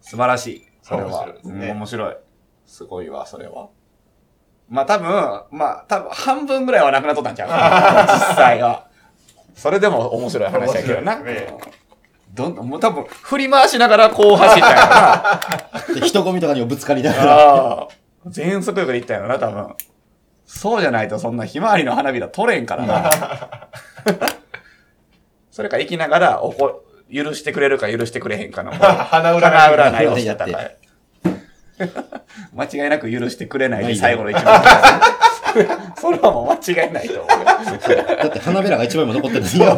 S2: 素晴らしい。それ
S1: 面
S2: は
S1: 白いで。す
S2: うん
S1: ね
S2: 面白い。すごいわ、それは。まあ多分、まあ多分半分ぐらいはなくなっとったんちゃう 実際は。それでも面白い話やけどな。
S1: 面白いですね
S2: どんどん、もう多分、振り回しながらこう走ったんやろな。
S3: で人混みとかにもぶつかりながら。
S2: ああ。全速力でいったよな、多分。そうじゃないとそんなひまわりの花びら取れんからな。 それか生きながらおこ、許してくれるか許してくれへんかの。
S1: 鼻裏
S2: 裏
S1: が。
S2: 占いをしてたか
S3: や
S2: ら。 間違いなく許してくれない
S3: な
S2: で
S3: いね
S2: 最後の一番。 それはもう間違いないと思うよ。
S3: だって花びらが一枚も残ってないよ。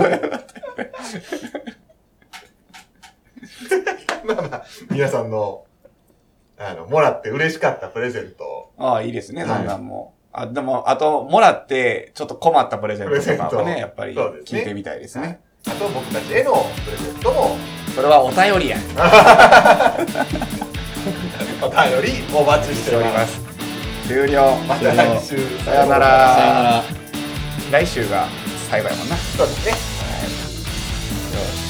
S1: まあまあ、皆さんの、あの、もらって嬉しかったプレゼント。
S2: ああ、いいですね、そんなんも。あ、でも、あと、もらって、ちょっと困ったプレゼントとかも
S1: プレゼン
S2: ね、
S1: ト
S2: やっぱり
S1: そうですね
S2: 聞いてみたいですね。
S1: あと僕たちへのプレゼントも、
S2: それはお便りや。
S1: お便りお待ちし
S2: して
S1: て
S2: お
S1: お
S2: り
S1: り
S2: ま
S1: ますす。。
S2: 終了。
S1: また来週、
S2: さような
S1: ら。
S2: ら。
S3: さよなら。
S2: 来週が最後やもんな。
S1: そうですね。
S2: よし